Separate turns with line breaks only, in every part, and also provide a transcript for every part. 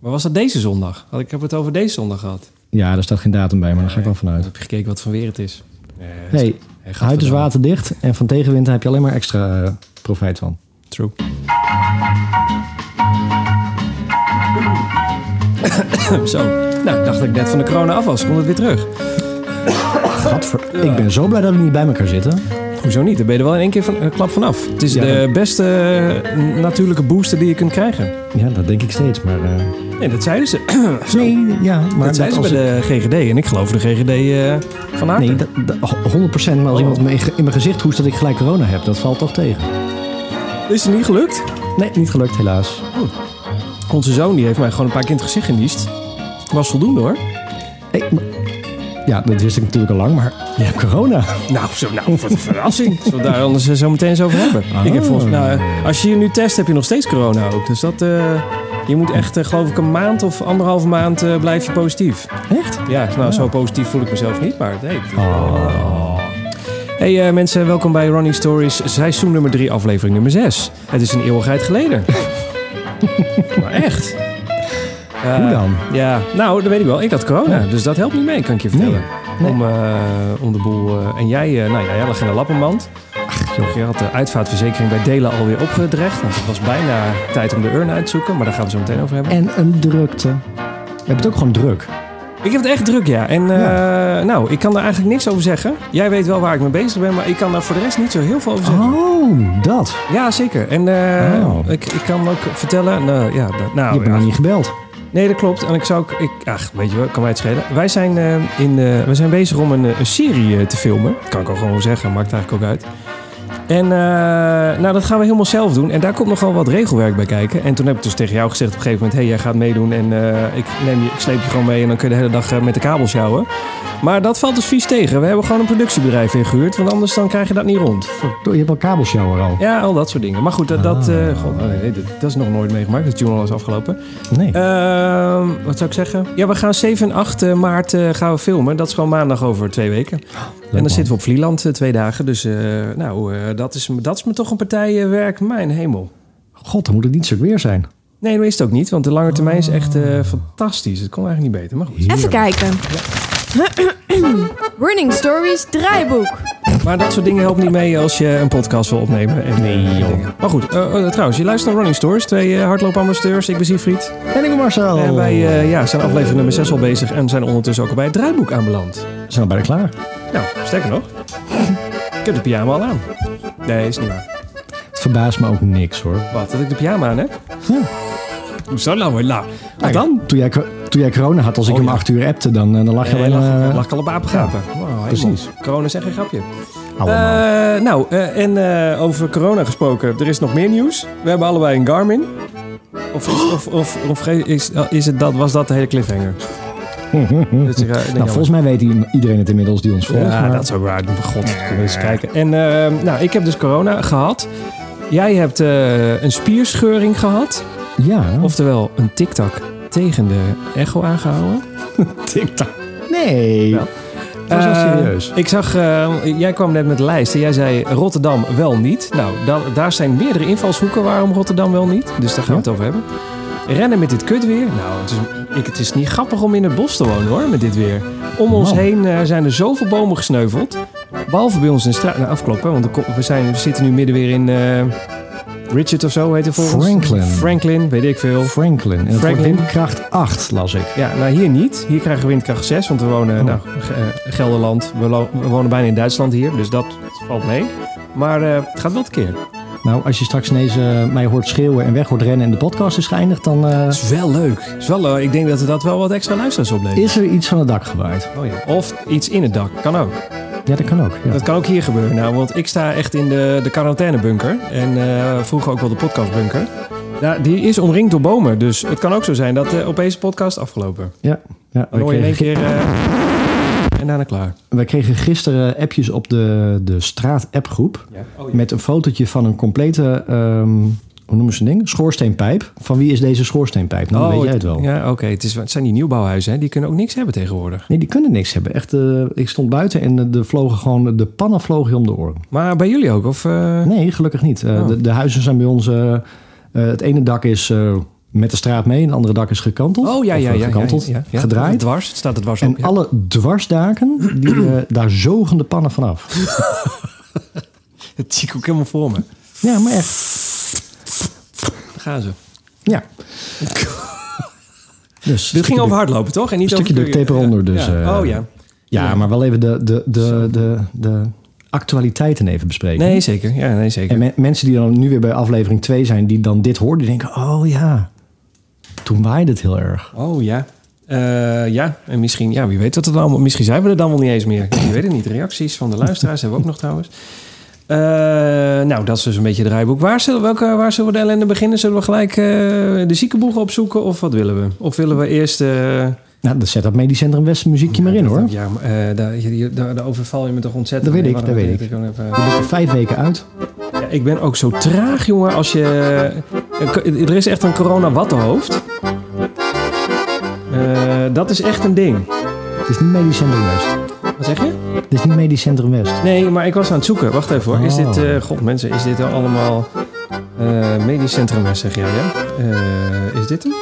Maar was dat deze zondag? Had Ik heb het over deze zondag gehad.
Ja, daar staat geen datum bij, maar daar ga ik wel vanuit.
heb je gekeken wat voor weer het is.
Hey,
Hij gaat
huid is
vandaan.
waterdicht en van tegenwind heb je alleen maar extra eh, profijt van.
True. Zo. Nou, ik dacht dat ik net van de corona af was. Komt het weer terug?
Gadver- Ik ben zo blij dat we niet bij elkaar zitten.
Hoezo niet? Daar ben je er wel in één keer van, eh, klap vanaf. Het is
Ja,
de beste eh, natuurlijke booster die je kunt krijgen.
Ja, dat denk ik steeds, maar... eh,
Nee, dat zeiden ze.
nee, ja, maar...
dat zeiden ze
als
bij de GGD. En ik geloof de GGD eh, van
ik-
Aken.
Nee, dat, dat- 100% maar
Oh.
als iemand me in, ge- in mijn gezicht hoest dat ik gelijk corona heb, dat valt toch tegen.
Is het niet gelukt?
Nee, niet gelukt helaas.
Onze zoon die heeft mij gewoon een paar keer in het gezicht geniest. Was voldoende hoor.
Ik- maar- ja, dat wist ik natuurlijk al lang, maar je hebt corona.
Nou, zo, nou wat een verrassing. Zullen we daar anders eh, zo meteen eens over hebben?
Ah.
Ik heb volgens mij, nou, eh, als je je nu test, heb je nog steeds corona ook. Dus dat, eh, je moet echt, eh, geloof ik, een maand of anderhalve maand eh, blijf je positief.
Echt?
Ja, nou, zo positief voel ik mezelf niet, maar nee. het-
Oh.
Hey eh, mensen, welkom bij Ronnie Stories, seizoen nummer 3, aflevering nummer 6. Het is een eeuwigheid geleden. maar echt. Eh,
Hoe dan?
Ja, nou, dat weet ik wel. Ik had corona, dus dat helpt niet mee, kan ik je vertellen.
nee.
Om, eh, om de boel... eh, en jij, eh, nou ja, jij lag in een lappenmand. Je had de uitvaartverzekering bij Delen alweer opgedrecht. Want het was bijna tijd om de urn uit te zoeken, maar daar gaan we zo meteen over hebben.
En een drukte. Je hebt het ook gewoon druk.
Ik heb het echt druk, ja. En eh, nou, ik kan daar eigenlijk niks over zeggen. Jij weet wel waar ik mee bezig ben, maar ik kan daar voor de rest niet zo heel veel over zeggen.
Oh, dat.
Ja, zeker. En eh,
Oh.
ik, ik kan ook vertellen... Nou, ja, dat-
Je
nou,
hebt me
ja.
nog niet gebeld.
Nee, dat klopt. En ik zou ook... Ik, ach, weet je wel, kan mij het schelen. Wij zijn, eh, in, eh, we zijn bezig om een, eh, een serie eh, te filmen. Kan ik ook gewoon zeggen, maakt eigenlijk ook uit. En eh, nou, dat gaan we helemaal zelf doen. En daar komt nogal wat regelwerk bij kijken. En toen heb ik dus tegen jou gezegd op een gegeven moment... hé, hey, jij gaat meedoen en eh, ik, neem je, ik sleep je gewoon mee... en dan kun je de hele dag eh, met de kabels sjouwen. Maar dat valt dus vies tegen. We hebben gewoon een productiebedrijf ingehuurd... want anders dan krijg je dat niet rond.
Je hebt al kabelshower al.
Ja, al dat soort dingen. Maar goed, dat, dat,
Ah.
eh, god, oh nee, dat, dat is nog nooit meegemaakt. Dat journal is afgelopen.
Nee.
Ehm, wat zou ik zeggen? Ja, we gaan 7 en 8 maart eh, gaan we filmen. Dat is gewoon maandag over twee weken. en dan
man.
zitten we op Vlieland eh, twee dagen. Dus eh, nou, eh, dat, is, me- dat is me toch een partij eh, werk. Mijn hemel.
God, dan moet het niet zo weer zijn.
Nee, dat is het ook niet. Want de lange termijn is echt eh, fantastisch. Het kon eigenlijk niet beter. Maar goed.
Even kijken. Running Stories draaiboek.
Maar dat soort dingen helpt niet mee als je een podcast wil opnemen. En, nee, dingen. Maar goed, eh, eh, trouwens, je luistert naar Running Stores. Twee eh, hardloopambassadeurs. Ik ben Siegfried.
En ik ben Marcel.
En wij eh, ja, zijn aflevering nummer 6 al bezig. En zijn ondertussen ook al bij het draaiboek aanbeland.
zijn al bijna klaar.
Nou, sterker nog. Ik heb de pyjama al aan. Nee, is niet waar.
Het verbaast me ook niks hoor.
Wat, dat ik de pyjama aan heb?
Ja.
Hoezo nou weer la? Wat
Kijk,
dan?
Toen jij, toen jij corona had, als ik
Oh,
hem
ja.
acht uur appte, dan, eh, dan lag je
Nee,
alleen
lag,
maar...
lag ik al op apengapen. Wow,
Precies.
helemaal. Corona is echt een grapje.
allemaal.
Eh, nou, eh, en eh, over corona gesproken. Er is nog meer nieuws. We hebben allebei een Garmin. Of, is, of, of, of ge- is, is het dat, was dat de hele cliffhanger? Dat is, eh, nee,
nou,
jammer.
volgens mij weet i- iedereen het inmiddels die ons volgt.
Ja,
maar-
dat is ook waar. God, kunnen we eens kijken. En eh, nou, ik heb dus corona gehad. Jij hebt eh, een spierscheuring gehad.
Ja.
Oftewel, een tiktak tegen de echo aangehouden.
TikTok. Nee.
Ja.
Dat was wel
Eh,
serieus.
ik zag, eh, jij kwam net met de lijst en jij zei Rotterdam wel niet. Nou, da- daar zijn meerdere invalshoeken waarom Rotterdam wel niet. Dus daar gaan we het over hebben. Rennen met dit kutweer. Nou, het is, ik, het is niet grappig om in het bos te wonen hoor, met dit weer. Om ons
Man.
heen eh, zijn er zoveel bomen gesneuveld. Behalve bij ons in de straat. Nou, afkloppen, want er ko- we, zijn, we zitten nu midden weer in eh, Richard of zo heet het volgens
Franklin.
Franklin, weet ik veel.
Franklin. En
Franklin.
Franklin. Kracht 8 las ik.
Ja, nou hier niet. Hier krijgen we windkracht 6, want we wonen
Oh.
nou, G- eh, Gelderland. We, lo- we wonen bijna in Duitsland hier, dus dat valt mee. Maar eh, het gaat wel tekeer.
Nou, als je straks ineens eh, mij hoort schreeuwen en weg hoort rennen en de podcast is geëindigd, dan eh,
is wel leuk. is wel leuk. Ik denk dat dat wel wat extra luisteraars oplevert.
is er iets van het dak gewaaid.
Oh, ja. Of iets in het dak, kan ook.
Ja, dat kan ook. Ja.
Dat kan ook hier gebeuren. Nou, want ik sta echt in de, de quarantainebunker. En eh, vroeger ook wel de podcastbunker. Ja, die is omringd door bomen. Dus het kan ook zo zijn dat eh opeens de podcast afgelopen.
Ja, ja.
Dan
Wij,
hoor je in één
kregen,
keer... eh, en daarna klaar.
wij kregen gisteren appjes op de, de straat-appgroep.
Oh,
Met een fotootje van een complete, ehm, hoe noemen ze een ding? Schoorsteenpijp. Van wie is deze schoorsteenpijp? Nou, dan weet jij het wel.
Ja, oké. Oh, Het, is- het zijn die nieuwbouwhuizen, hè? die kunnen ook niks hebben tegenwoordig.
Nee, die kunnen niks hebben. Echt, eh, ik stond buiten en eh, de, vlogen gewoon, de pannen vlogen je om de oren.
Maar bij jullie ook? Of, eh,
Nou, Nee, gelukkig niet. Eh,
Oh.
de, de huizen zijn bij ons... eh, eh, het ene dak is eh, met de straat mee. Een andere dak is gekanteld.
Oh ja,
Of,
ja,
eh,
ja.
gekanteld,
ja, ja, ja.
gedraaid.
Dwars, het staat er dwars
En
op. ja.
alle dwarsdaken, die, eh, daar zogen de pannen vanaf.
Het zie ik ook helemaal voor me.
Ja, maar echt.
Daar gaan ze.
Ja. Dus,
Dit ging over hardlopen, toch? En niet
Een stukje
over
duct tape
kleur-
eronder,
Ja.
dus,
Ja.
eh,
oh ja.
Ja, maar wel even de, de, de, de, de actualiteiten even bespreken.
Nee, zeker. Ja, nee, zeker.
En me- mensen die dan nu weer bij aflevering 2 zijn, die dan dit hoorden, die denken: oh ja, toen waaide het heel erg.
Oh ja. Eh, ja, en misschien, ja, wie weet wat er dan allemaal. Misschien zijn we er dan wel niet eens meer. Ik weet het niet. Reacties van de luisteraars hebben we ook nog trouwens. Eh, nou, dat is dus een beetje het draaiboek. Waar zullen, welke, waar zullen we de ellende beginnen? Zullen we gelijk eh, de ziekenboegen opzoeken? Of wat willen we? Of willen we eerst. eh,
Nou, dan zet dat medisch centrum West muziekje maar in hoor.
Ja, maar, eh, daar, je- je- daar, daar overval je me toch ontzettend.
Dat weet
mee.
ik, dat
Waarom-
weet ik.
gewoon even-
Je bent er vijf weken uit.
Ja, ik ben ook zo traag, jongen. Als je. eh, Er is echt een corona-wattenhoofd. Eh, dat is echt een ding.
Het is niet medisch centrum West.
Wat zeg je?
Het is niet medisch centrum West.
Nee, maar ik was aan het zoeken. Wacht even hoor. Is
Oh.
dit, eh, god mensen, is dit allemaal eh, medisch centrum, hè, zeg jij, ja? Eh, is dit hem?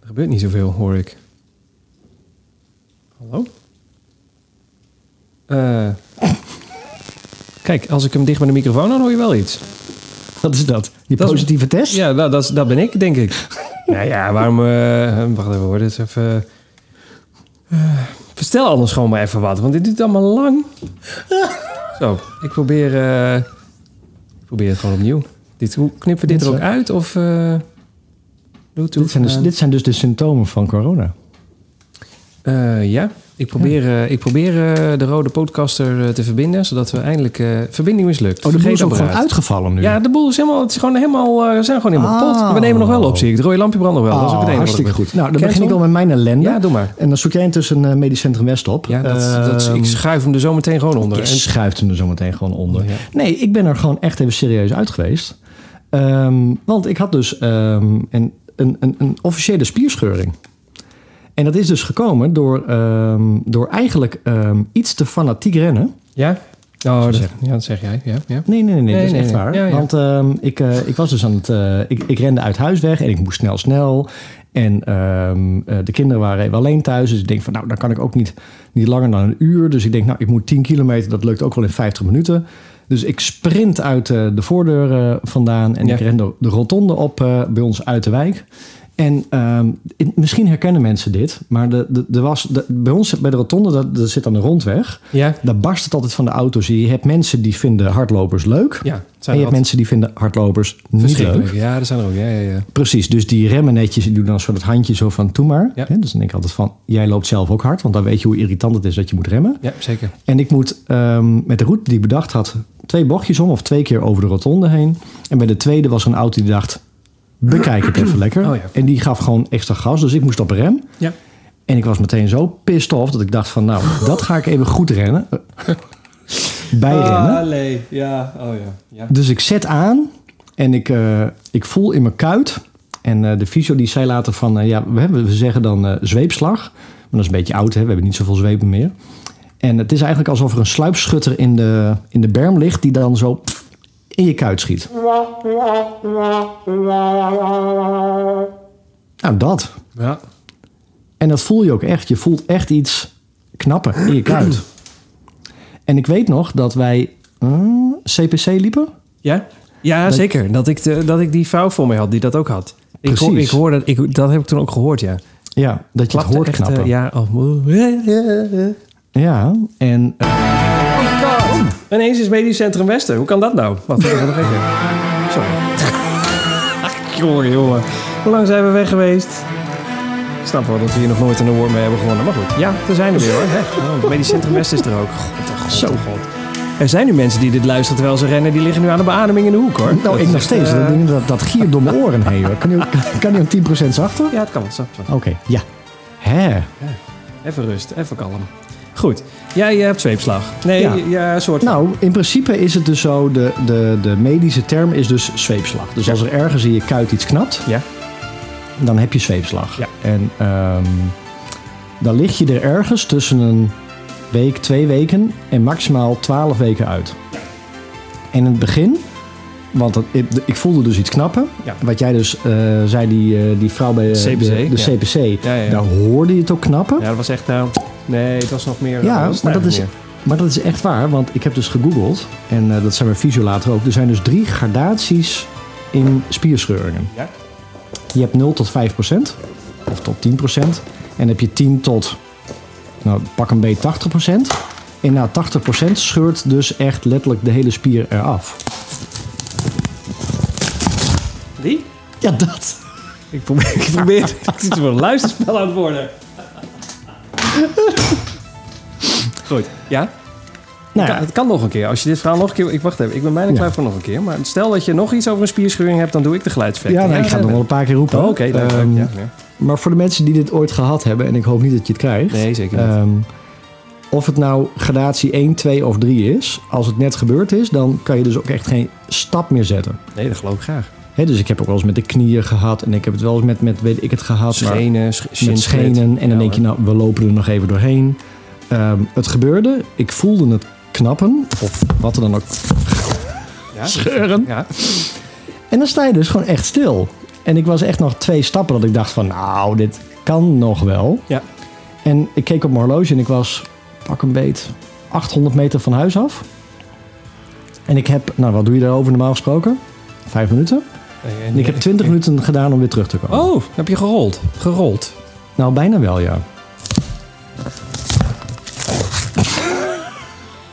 Er gebeurt niet zoveel, hoor ik. Hallo? Eh, kijk, als ik hem dicht bij de microfoon dan hoor je wel iets.
Wat is dat? Die
Dat is-
positieve test?
Ja, nou, dat, is- dat ben ik, denk ik. nou ja, waarom... eh, wacht even hoor, dit is even... eh, vertel anders gewoon maar even wat, want dit duurt allemaal lang. Zo, ik probeer, eh, ik probeer het gewoon opnieuw. Dit, hoe knippen we dit er ook uit of... eh, Bluetooth?
Dit, zijn dus,
aan?
dit zijn dus de symptomen van
Oh,
corona.
Eh, ja, ik probeer, eh, ik probeer eh, de rode podcaster eh, te verbinden, zodat we eindelijk... eh, verbinding mislukt.
Oh, de boel is ook
Vergeetapparaat.
gewoon uitgevallen nu.
Ja, de boel is helemaal, het is gewoon helemaal, eh, we zijn gewoon helemaal
Oh.
pot. We nemen nog wel op, zie ik. Het rode lampje brandt nog wel. dat is ook het
Oh,
enige wat ik
hartstikke
weet.
goed. Nou, dan
Cancel?
begin ik al met mijn ellende.
Ja, doe maar.
En dan zoek jij intussen eh medisch centrum West op.
Ja, dat,
Ehm,
dat, ik schuif hem er zo meteen gewoon onder.
Je schuift hem er zometeen gewoon onder.
Ja.
Nee, ik ben er gewoon echt even serieus uit geweest. Ehm, want ik had dus ehm, een, een, een, een officiële spierscheuring. En dat is dus gekomen door, ehm, door eigenlijk ehm, iets te fanatiek rennen.
Ja? Oh, dat,
zeg.
ja, dat zeg jij. Ja, ja.
Nee, nee, nee, nee,
Nee,
dat is
nee,
echt
nee.
waar.
Ja, ja.
Want ehm, ik, eh, ik was dus aan het... eh, ik, ik rende uit huis weg en ik moest snel, snel. En ehm, eh, de kinderen waren even alleen thuis. Dus ik denk van, nou, dan kan ik ook niet, niet langer dan een uur. Dus ik denk, nou, ik moet 10 kilometer. Dat lukt ook wel in 50 minuten. Dus ik sprint uit eh, de voordeur eh, vandaan. En
Ja.
ik ren de, de rotonde op eh, bij ons uit de wijk. En ehm, in- misschien herkennen mensen dit. Maar de, de, er was, de- bij ons bij de rotonde, dat, dat zit aan de rondweg.
Ja?
Daar barst het altijd van de auto's. Je hebt mensen die vinden hardlopers leuk.
Ja. het
en
Zijn
je
er
hebt mensen die vinden hardlopers niet
verschrikkelijk.
leuk.
Ja, dat zijn er ook. Ja, ja, ja.
Precies, dus die remmen netjes. Die doen dan een soort handje zo van, toe maar.
Ja.
Hè, Dus dan denk ik altijd van, jij loopt zelf ook hard. Want dan weet je hoe irritant het is dat je moet remmen.
Ja, zeker.
En ik moet ehm, met de route die ik bedacht had... twee bochtjes om of twee keer over de rotonde heen. En bij de tweede was er een auto die dacht... bekijk het even lekker.
Oh ja.
En die gaf gewoon extra gas. Dus ik moest op rem.
Ja.
En ik was meteen zo pissed off dat ik dacht van... nou, dat ga ik even goed rennen.
Ah.
Bijrennen.
nee. Ja. Oh ja. ja.
Dus ik zet aan en ik, eh, ik voel in mijn kuit. En eh, de fysio die zei later van, eh, ja, we, hebben, we zeggen dan eh, zweepslag. Maar dat is een beetje oud, hè? we hebben niet zoveel zwepen meer. En het is eigenlijk alsof er een sluipschutter in de, in de berm ligt... die dan zo pff, in je kuit schiet. Nou, dat.
Ja.
En dat voel je ook echt. Je voelt echt iets knappen in je kuit. En ik weet nog dat wij hmm, CPC liepen.
Ja? Ja,
Dat-
zeker. Dat ik, de, dat ik die vrouw voor mij had die dat ook had. Ik, hoor, ik
Precies.
hoorde, ik, dat heb ik toen ook gehoord, ja.
Ja, dat je het
Klapte
hoort
echt, eh,
knappen.
ja, oh.
Ja, en eh,
Ineens is Medisch Centrum Westen. Hoe kan dat nou? Wacht even, nog even. Sorry. Ach, jongen, jongen. Hoe lang zijn we weg geweest? Ik snap wel dat we hier nog nooit een award mee hebben gewonnen. Maar goed, ja, we zijn er weer hoor. Hè? Oh, Medisch Centrum Westen is er ook. God, oh, god,
Zo.
oh, god. Er zijn nu mensen die dit luisteren terwijl ze rennen. Die liggen nu aan de beademing in de hoek hoor. Dat
nou, ik
is
nog
echt,
steeds.
eh,
Dat, ding, dat, dat giert door mijn oren heen. Hoor. Kan je kan, kan die om 10% zachter?
ja, het kan wel. Zo, zo.
Oké, ja. Hè?
Even rust, even kalm. Goed, jij eh, hebt zweepslag. Nee, ja,
Ja.
soort van.
Nou, in principe is het dus zo, de, de, de medische term is dus zweepslag. Dus
Ja.
als er ergens in je kuit iets knapt,
Ja.
dan heb je zweepslag.
Ja.
En ehm, dan lig je er ergens tussen een week, twee weken en maximaal twaalf weken uit. En in het begin Want dat- ik, ik voelde dus iets knappen.
Ja.
Wat jij dus eh, zei, die, eh, die vrouw bij eh,
CPC,
de, de
ja.
CPC.
Ja, ja.
Daar hoorde je het ook knappen.
Ja, dat was echt... eh, nee, het was nog meer...
Ja,
eh, was het
maar dat is-
eigenlijk
Maar dat is echt waar, want ik heb dus gegoogeld. En eh, dat zijn we fysio later ook. Er zijn dus drie gradaties in spierscheuringen.
Ja.
Je hebt 0 tot 5 procent. Of tot 10 procent. En heb je 10 tot, nou, pak een beetje 80 procent. En na 80 procent scheurt dus echt letterlijk de hele spier eraf.
meer. Die?
Ja, dat.
Ik probeer... Ik probeer het is wel een luisterspel aan het worden. Goed. Ja?
Nou
Kan-
ja,
het kan nog een keer. Als je dit verhaal nog een keer... Ik wacht even. Ik ben bijna
Ja.
klaar voor nog een keer. Maar stel dat je nog iets over een spierscheuring hebt, dan doe ik de geluidseffecten.
ja, nou, ik ga het nog wel een paar keer roepen.
Oh, Oké, leuk, leuk,
Ehm,
ja, ja.
Maar voor de mensen die dit ooit gehad hebben, en ik hoop niet dat je het krijgt.
Nee, zeker niet.
Ehm, of het nou gradatie 1, 2 of 3 is, als het net gebeurd is, dan kan je dus ook echt geen stap meer zetten.
nee, dat geloof ik graag.
Hè, dus ik heb ook wel eens met de knieën gehad en ik heb het wel eens met, met weet ik het gehad, maar
Schenen, sch
met
shinsplit.
schenen. En
Ja,
dan denk je, nou, we lopen er nog even doorheen. Ehm, het gebeurde, ik voelde het knappen, of wat er dan ook,
Ja?
nou, scheuren.
Ja.
En dan sta je dus gewoon echt stil. En ik was echt nog twee stappen dat ik dacht van, nou, dit kan nog wel.
Ja.
En ik keek op mijn horloge en ik was, pak een beet, 800 meter van huis af. En ik heb, nou, wat doe je daarover normaal gesproken? Vijf minuten. En ik heb 20 minuten gedaan om weer terug te komen.
Oh, heb je gerold? Gerold.
Nou, bijna wel, ja.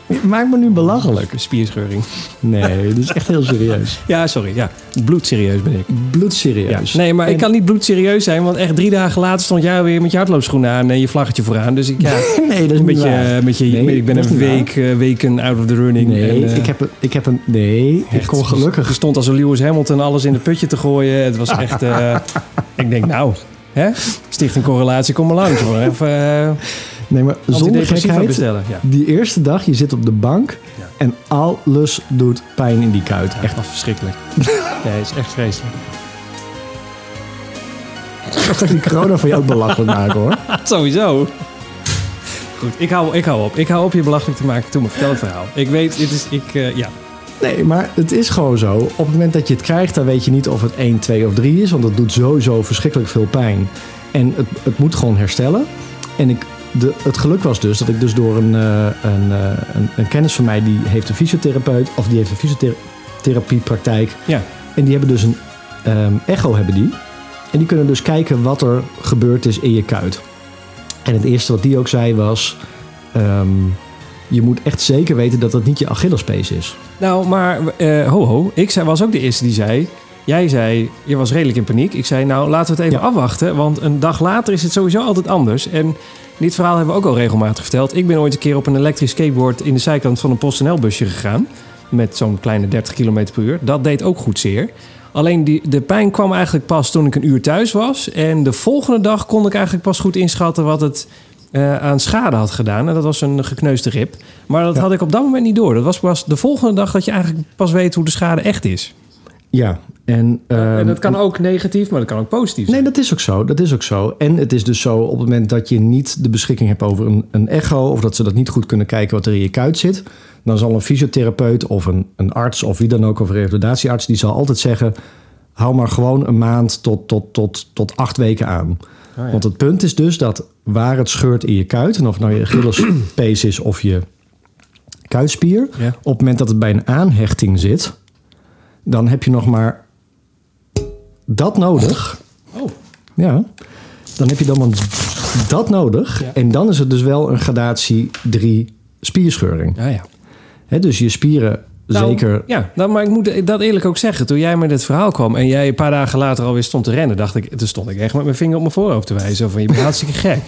Je Maakt me nu belachelijk.
Spierscheuring.
Nee, dit is echt heel serieus.
Ja, sorry. Ja. Bloedserieus ben ik.
Bloedserieus.
Nee, maar Dus- ik
En-
kan niet bloedserieus zijn, want echt drie dagen later stond jij weer met je hardloopschoenen aan en je vlaggetje vooraan. Dus ik, ja,
Nee, dat is
een
niet
beetje,
waar.
eh, met je,
Nee,
ik ben
dat is
een
niet waar.
week, eh, weken out of the running.
Nee,
en, eh,
ik, heb, een- ik heb een. Nee, ik
echt,
kon gelukkig.
Je stond als een Lewis Hamilton alles in het putje te gooien. Het was echt, eh, ik denk nou, hè? sticht een correlatie, kom maar langs hoor. Even eh,
Nee, maar zonder
antidepressiva
gekheid.
bestellen. Ja.
Die eerste dag, je zit op de bank
Ja.
en alles doet pijn in die kuit.
Ja,
Echt.
echt verschrikkelijk. Nee, is echt vreselijk.
Echt dat die corona van jou ook belachelijk maken hoor.
Sowieso. Goed, ik hou, ik hou op. Ik hou op je belachelijk te maken. Toen maar vertel het verhaal. Ik weet, dit is, ik, eh, ja.
Nee, maar het is gewoon zo. Op het moment dat je het krijgt, dan weet je niet of het 1, 2 of 3 is. Want dat doet sowieso verschrikkelijk veel pijn. En het, het moet gewoon herstellen. En ik, de, het geluk was dus dat ik dus door een, eh, een, eh, een, een kennis van mij... die heeft een fysiotherapeut, of die heeft een fysiotherapiepraktijk.
Ja.
En die hebben dus een ehm, echo hebben die. En die kunnen dus kijken wat er gebeurd is in je kuit. En het eerste wat die ook zei was... ehm, je moet echt zeker weten dat dat niet je Achillespees is.
Nou, maar eh, ho ho. Ik zei, was ook de eerste die zei. Jij zei, je was redelijk in paniek. Ik zei, nou laten we het even
Ja.
afwachten. Want een dag later is het sowieso altijd anders. En dit verhaal hebben we ook al regelmatig verteld. Ik ben ooit een keer op een elektrisch skateboard in de zijkant van een PostNL busje gegaan. Met zo'n kleine 30 km per uur. Dat deed ook goed zeer. Alleen die, de pijn kwam eigenlijk pas toen ik een uur thuis was. En de volgende dag kon ik eigenlijk pas goed inschatten wat het eh, aan schade had gedaan. En dat was een gekneusde rib. Maar dat
Ja.
had ik op dat moment niet door. Dat was pas de volgende dag dat je eigenlijk pas weet hoe de schade echt is.
Ja, en, ehm,
ook negatief, maar dat kan ook positief
Nee, dat is ook zo. Dat is ook zo. En het is dus zo op het moment dat je niet de beschikking hebt over een, een echo... of dat ze dat niet goed kunnen kijken wat er in je kuit zit... dan zal een fysiotherapeut of een, een arts of wie dan ook... of een revalidatiearts, die zal altijd zeggen... hou maar gewoon een maand tot, tot, tot, tot acht weken aan. Want het punt is dus dat waar het scheurt in je kuit... en of het nou je Achillespees is of je kuitspier...
Ja.
op het moment dat het bij een aanhechting zit... dan heb je nog maar dat nodig...
Oh,
Ja, dan heb je dan maar dat nodig.
Ja.
En dan is het dus wel een gradatie 3 spierscheuring.
ja, ja.
Hè, dus je spieren
Nou,
zeker...
Ja, nou, maar ik moet dat eerlijk ook zeggen. Toen jij met dit verhaal kwam en jij een paar dagen later alweer stond te rennen, dacht ik, toen stond ik echt met mijn vinger op mijn voorhoofd te wijzen. Zo Van je bent hartstikke gek.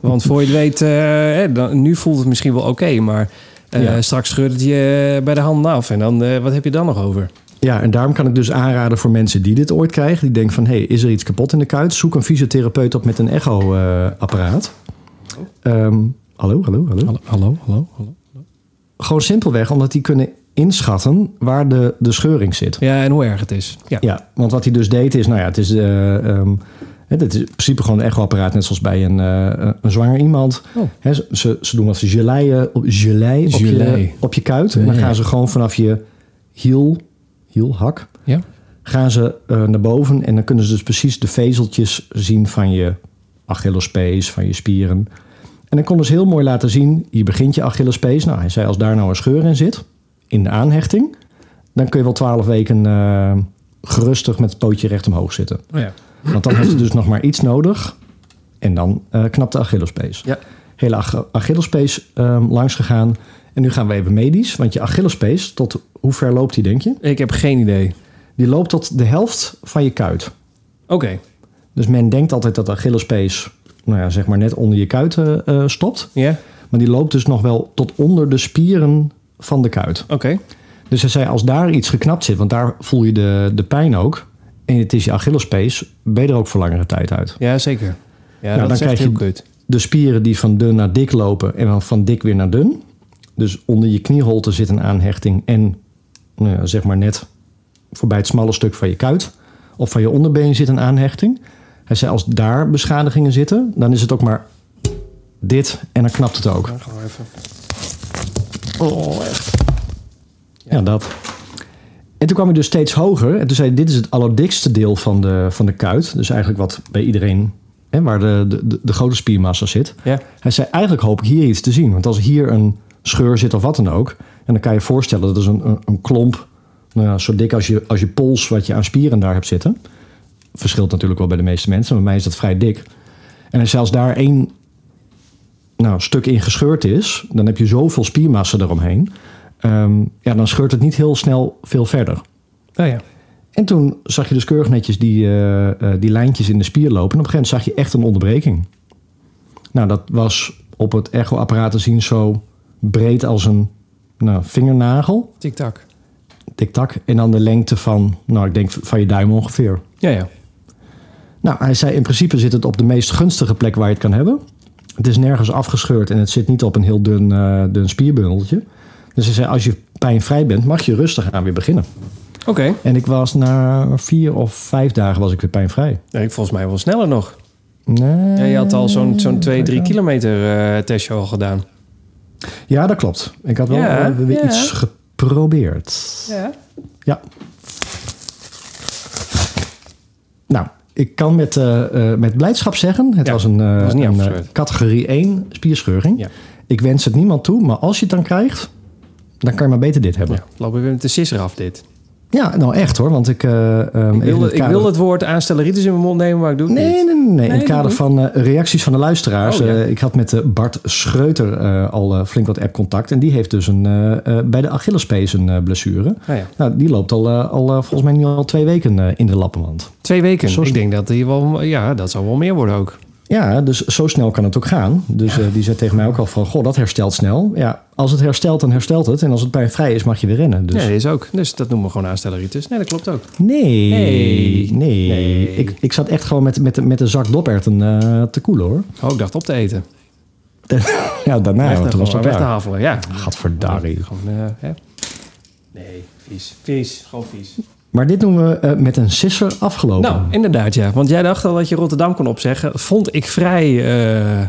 Want voor je het weet, eh, hè, dan, nu voelt het misschien wel oké, maar eh,
Ja.
straks scheurt het je eh, bij de handen af. En dan, eh, wat heb je dan nog over?
Ja, en daarom kan ik dus aanraden voor mensen die dit ooit krijgen. Die denken van, hé, hey, is er iets kapot in de kuit? Zoek een fysiotherapeut op met een echo-apparaat. Ehm, hallo, hallo, hallo.
hallo, hallo, hallo.
Gewoon simpelweg omdat die kunnen inschatten waar de, de scheuring zit.
Ja, en hoe erg het is. Ja.
Ja, want wat hij dus deed is, nou ja, het is, eh ehm, het is in principe gewoon een echoapparaat, net zoals bij een, eh, een zwanger iemand.
Oh.
Hè, ze- ze, ze doen wat ze geleien op, gelei op,
Gelei.
Je, op je kuit. En dan
Ja.
gaan ze gewoon vanaf je hiel hiel, hak,
Ja?
gaan ze eh, naar boven en dan kunnen ze dus precies de vezeltjes zien van je Achillespees, van je spieren. En dan konden ze heel mooi laten zien, hier begint je Achillespees. Nou, hij zei als daar nou een scheur in zit, in de aanhechting, dan kun je wel twaalf weken eh, gerustig met het pootje recht omhoog zitten.
Oh ja.
Want dan heeft het dus nog maar iets nodig. En dan eh, knapt de Achillespees.
Ja.
Hele ach- Achillespees ehm, langs gegaan. En nu gaan we even medisch. Want je Achillespees, tot hoe ver loopt die, denk je?
Ik heb geen idee.
Die loopt tot de helft van je kuit.
Oké.
Dus men denkt altijd dat de Achillespees, nou ja, zeg maar net onder je kuit eh, eh, stopt.
Ja?
Maar die loopt dus nog wel tot onder de spieren van de kuit.
Oké.
Dus hij zei, als daar iets geknapt zit, want daar voel je de, de pijn ook. En het is je Achillespees, ben je er ook voor langere tijd uit.
Ja, zeker. Ja, dat
Nou, dan
is echt
krijg je-
heel kut.
de spieren die van dun naar dik lopen en dan van dik weer naar dun. Dus onder je knieholte zit een aanhechting en nou ja, zeg maar net voorbij het smalle stuk van je kuit of van je onderbeen zit een aanhechting. Hij zei als daar beschadigingen zitten, dan is het ook maar dit en dan knapt het ook.
Gewoon even.
Oh, echt. Ja, dat. En toen kwam hij dus steeds hoger. En toen zei hij, dit is het allerdikste deel van de, van de kuit. Dus eigenlijk wat bij iedereen, hè, waar de, de, de- de grote spiermassa zit.
Ja.
Hij zei, eigenlijk hoop ik hier iets te zien. Want als hier een scheur zit of wat dan ook... en dan kan je je voorstellen, dat is een, een, een klomp... Nou ja, zo dik als je, als je pols wat je aan spieren daar hebt zitten. Verschilt natuurlijk wel bij de meeste mensen. maar Bij mij is dat vrij dik. En als zelfs daar één nou, stuk in gescheurd is... dan heb je zoveel spiermassa eromheen... ehm, ja, dan scheurt het niet heel snel veel verder.
Nou ja.
En toen zag je dus keurig netjes die, eh, eh, die lijntjes in de spier lopen. En op een gegeven moment zag je echt een onderbreking. Nou, dat was op het echoapparaat te zien zo breed als een nou, vingernagel.
Tik-tak.
Tik-tak. En dan de lengte van, nou, ik denk van je duim ongeveer.
Ja, ja.
Nou, hij zei in principe zit het op de meest gunstige plek waar je het kan hebben. Het is nergens afgescheurd en het zit niet op een heel dun, eh, dun spierbundeltje. Dus hij zei, als je pijnvrij bent, mag je rustig aan weer beginnen.
Oké.
En ik was na vier of vijf dagen was ik weer pijnvrij.
Nee, ik volgens mij wel sneller nog.
Nee.
Ja, je had al zo'n zo'n 2, 3 kilometer eh, testje al gedaan.
Ja, dat klopt. Ik had wel
Ja,
eh, weer
ja.
iets geprobeerd.
Ja.
Ja. Nou, ik kan met, eh, eh, met blijdschap zeggen... het
Ja,
was een, eh,
was niet
een, eh,
afgescheurd.
categorie 1 spierscheuring.
Ja.
Ik wens het niemand toe, maar als je het dan krijgt... dan kan je maar beter dit hebben.
ja.
Ja,
Lopen we weer met de sisser af dit.
nou echt hoor, want ik... eh, ehm, even
Ik
in
wil,
het
ik
kader-
wil het woord aanstelleritis in mijn mond nemen, maar ik doe het
Nee, nee,
niet.
nee, nee. In
Nee,
het kader
doe
van eh, reacties van de luisteraars.
Oh, ja.
eh, ik had met eh, Bart Schreuter eh, al eh, flink wat app-contact. En die heeft dus een, eh, eh, bij de Achillespees een eh, blessure.
Nou ja.
Nou, die loopt al, eh, al eh, volgens mij nu al twee weken eh, in de lappenmand.
Twee weken.
Zo
ik denk dat hier wel, ja, dat zal wel meer worden ook.
Ja, dus zo snel kan het ook gaan. Dus eh, die zei tegen mij ook al van, goh, dat herstelt snel. Ja, als het herstelt, dan herstelt het. En als het pijnvrij is, mag je weer rennen. Dus
Nee, is ook. Dus dat noemen we gewoon aanstelleritis. Nee, dat klopt ook.
nee,
Nee.
nee.
Nee.
Ik, ik zat echt gewoon met, met, de- met een zak doperten eh, te koelen, hoor.
Oh, ik dacht op te eten.
Ja, daarna,
Echt,
want toen
gewoon
was het
weg te
klaar.
havelen, ja.
Gadverdarrie.
Gewoon, eh, hè? Nee, vies. Vies, gewoon vies.
Maar dit doen we eh, met een sisser afgelopen.
Nou, inderdaad ja. Want jij dacht al dat je Rotterdam kon opzeggen. Vond ik vrij, eh,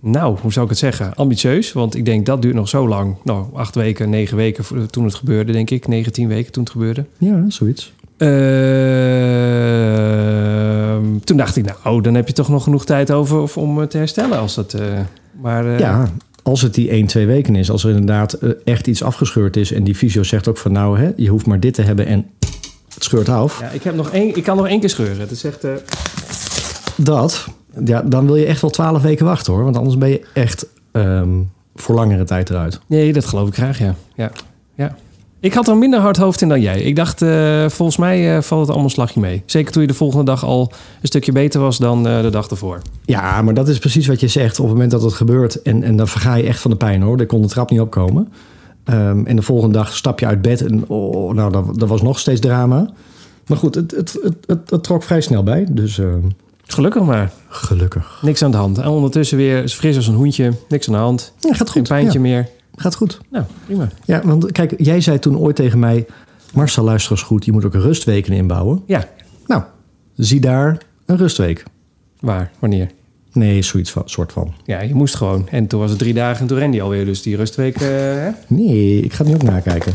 nou, hoe zou ik het zeggen, ambitieus. Want ik denk dat duurt nog zo lang. Nou, acht weken, negen weken voor- toen het gebeurde, denk ik. Negen, tien weken toen het gebeurde.
Ja, zoiets.
Ehm, toen dacht ik, nou, dan heb je toch nog genoeg tijd over of- om eh, te herstellen als dat... eh, maar eh,
Ja, als het die 1, 2 weken is. Als er inderdaad eh, echt iets afgescheurd is. En die fysio zegt ook van nou, hè, je hoeft maar dit te hebben en het scheurt af.
ja, ik, heb nog één, ik kan nog één keer scheuren. Het is echt... eh,
Dat, ja, dan wil je echt wel 12 weken wachten hoor. Want anders ben je echt ehm, voor langere tijd eruit.
Nee, dat geloof ik graag, ja. ja. ja. Ik had er minder hard hoofd in dan jij. Ik dacht, eh, volgens mij eh, valt het allemaal een slagje mee. Zeker toen je de volgende dag al een stukje beter was dan eh, de dag ervoor.
Ja, maar dat is precies wat je zegt. Op het moment dat het gebeurt en, en dan verga je echt van de pijn hoor. Daar kon de trap niet opkomen. Ehm, en de volgende dag stap je uit bed en oh, nou, dat, dat was nog steeds drama. Maar goed, het, het, het, het, het trok vrij snel bij. Dus ehm,
Gelukkig maar.
gelukkig.
Niks aan de hand. En ondertussen weer fris als een hoentje. Niks aan de hand.
Ja, gaat
Geen
goed.
pijntje
Ja,
meer.
gaat goed.
Nou, prima.
Ja, want kijk, jij zei toen ooit tegen mij... Marcel, luister eens goed, je moet ook rustweken inbouwen.
Ja,
Nou, zie daar een rustweek.
waar? Wanneer?
Nee, zoiets van, soort van.
Ja, je moest gewoon. En toen was het drie dagen en toen rende je alweer. Dus die rustweek... eh, hè?
Nee, ik ga het nu ook nakijken.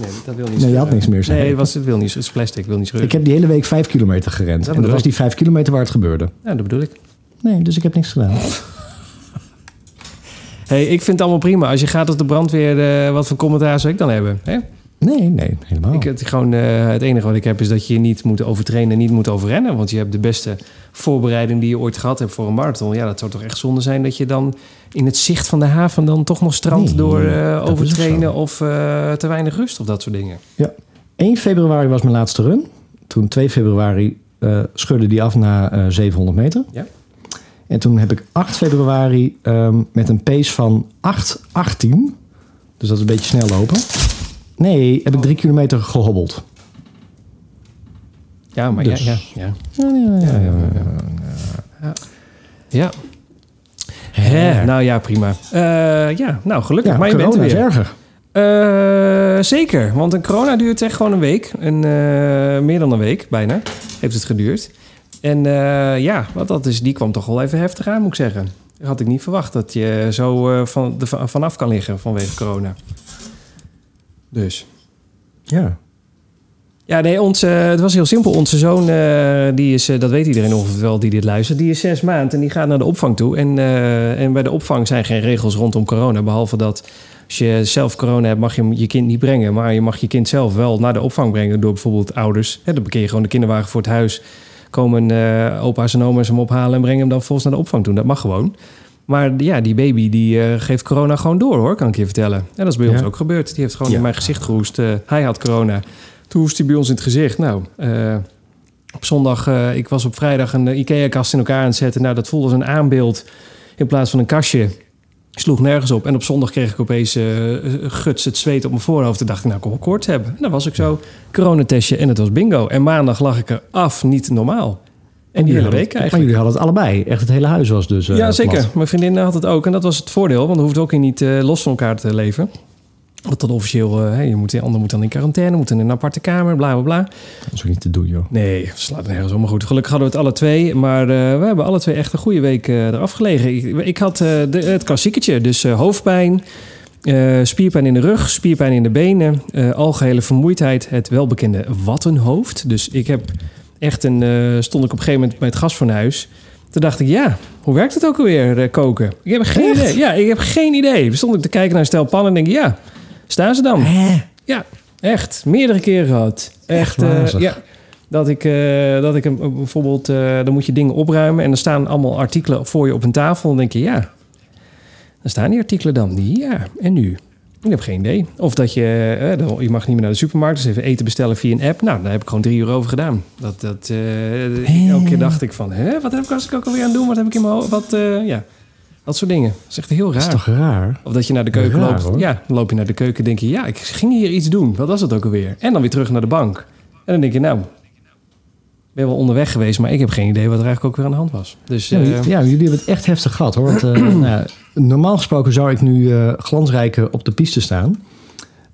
Nee, dat wil niet
Nee, je had niks meer, zei
Nee,
je.
het was, het wil niet Het is plastic, het wil niet scheuren.
Ik heb die hele week vijf kilometer
Dat
gerend. en dat
bedoel
was die vijf kilometer waar het gebeurde.
Ja, Nou, dat bedoel ik.
Nee, dus ik heb niks gedaan.
hey, ik vind het allemaal prima. Als je gaat op de brandweer, eh, wat voor commentaar zou ik dan hebben? Hè?
Nee, nee, helemaal.
Ik, het, gewoon, eh, het enige wat ik heb is dat je je niet moet overtrainen en niet moet overrennen. Want je hebt de beste voorbereiding die je ooit gehad hebt voor een marathon. Ja, dat zou toch echt zonde zijn dat je dan in het zicht van de haven dan toch nog strandt
Nee,
door eh,
dat is
overtrainen
ook
of eh, te weinig rust of dat soort dingen.
1 februari was mijn laatste run. Toen 2 februari eh, schudde die af na eh, 700 meter.
Ja.
En toen heb ik 8 februari ehm, met een pace van 8,18. Dus dat is een beetje snel lopen. Nee, heb ik drie kilometer gehobbeld.
Ja, maar
Dus.
ja, ja, ja.
ja, ja.
Ja. Hè, nou ja, prima. Eh, ja, nou gelukkig.
Ja,
maar je bent er
corona is
weer.
erger.
Eh, zeker, want een corona duurt echt gewoon een week. Een, eh, meer dan een week, bijna, heeft het geduurd. En eh, ja, wat dat is, die kwam toch wel even heftig aan, moet ik zeggen. Had ik niet verwacht dat je zo eh, van, de, vanaf kan liggen vanwege corona. Dus.
Ja.
Ja, nee, onze, het was heel simpel. Onze zoon, eh, die is, eh, dat weet iedereen ongeveer wel die dit luistert, die is zes maanden en die gaat naar de opvang toe. En, eh, en bij de opvang zijn geen regels rondom corona. Behalve dat als je zelf corona hebt, mag je hem- je kind niet brengen. Maar je mag je kind zelf wel naar de opvang brengen door bijvoorbeeld ouders. Hè, dan parkeer je gewoon de kinderwagen voor het huis. Komen eh, opa's en oma's hem ophalen en brengen hem dan volgens naar de opvang toe. Dat mag gewoon. Maar ja, die baby die eh, geeft corona gewoon door hoor, kan ik je vertellen. En dat is bij
Ja.
ons ook gebeurd. Die heeft gewoon
Ja.
in mijn gezicht gehoest. Eh, hij had corona. Toen hoest hij bij ons in het gezicht. Nou, eh, op zondag, eh, ik was op vrijdag een eh, IKEA-kast in elkaar aan het zetten. Nou, dat voelde als een aanbeeld in plaats van een kastje. Sloeg nergens op. En op zondag kreeg ik opeens eh, eh, guts het zweet op mijn voorhoofd. En dacht ik, nou, ik wil koorts hebben. En dat was ik zo. Coronatestje en het was bingo. En maandag lag ik er af, niet normaal. En die hele week eigenlijk.
Maar jullie hadden het allebei. Echt het hele huis was dus eh,
Ja, zeker.
plat.
Mijn vriendin had het ook. En dat was het voordeel, want dan hoeft ook weer niet eh, los van elkaar te leven. Want dan officieel, eh, hè, je moet, de ander moet dan in quarantaine, moet in een aparte kamer, bla bla bla.
Dat is ook niet te doen, joh.
Nee, slaat nergens om. Maar goed, gelukkig hadden we het alle twee. Maar eh, we hebben alle twee echt een goede week eh, eraf gelegen. Ik, ik had eh, de, het klassieketje, dus eh, hoofdpijn, eh, spierpijn in de rug, spierpijn in de benen, eh, algehele vermoeidheid, het welbekende wattenhoofd. Dus ik heb echt een, eh, stond ik op een gegeven moment bij het gasfornuis. Toen dacht ik, ja, hoe werkt het ook alweer, eh, koken? Ik heb geen idee. Ja, ik heb geen idee. Toen stond ik te kijken naar een stel pannen en denk ik, ja, staan ze dan? Ja, echt. Meerdere keren gehad. Echt.
Echt
eh,
wazig.
ja. Dat ik, eh, dat ik hem eh, bijvoorbeeld, eh, dan moet je dingen opruimen en er staan allemaal artikelen voor je op een tafel. En dan denk je, ja, dan staan die artikelen dan. Die, ja, en nu? Ik heb geen idee. Of dat je, eh, dan- je mag niet meer naar de supermarkt, dus even eten bestellen via een app. Nou, daar heb ik gewoon drie uur over gedaan. Dat, dat, eh, elke keer dacht ik van, hè, wat heb ik, was ik ook alweer aan het doen? Wat heb ik in mijn hoofd? Wat, eh, ja, dat soort dingen. Dat is echt heel
Dat is
raar.
toch raar?
Of dat je naar de keuken
Raar,
loopt.
hoor.
Ja, dan loop je naar de keuken denk je... ja, ik ging hier iets doen. Wat was het ook alweer? En dan weer terug naar de bank. En dan denk je, nou... ben wel onderweg geweest... maar ik heb geen idee wat er eigenlijk ook weer aan de hand was. Dus
Ja,
eh,
jullie- ja, jullie hebben het echt heftig gehad hoor. Want, eh, nou ja, normaal gesproken zou ik nu eh, glansrijker op de piste staan.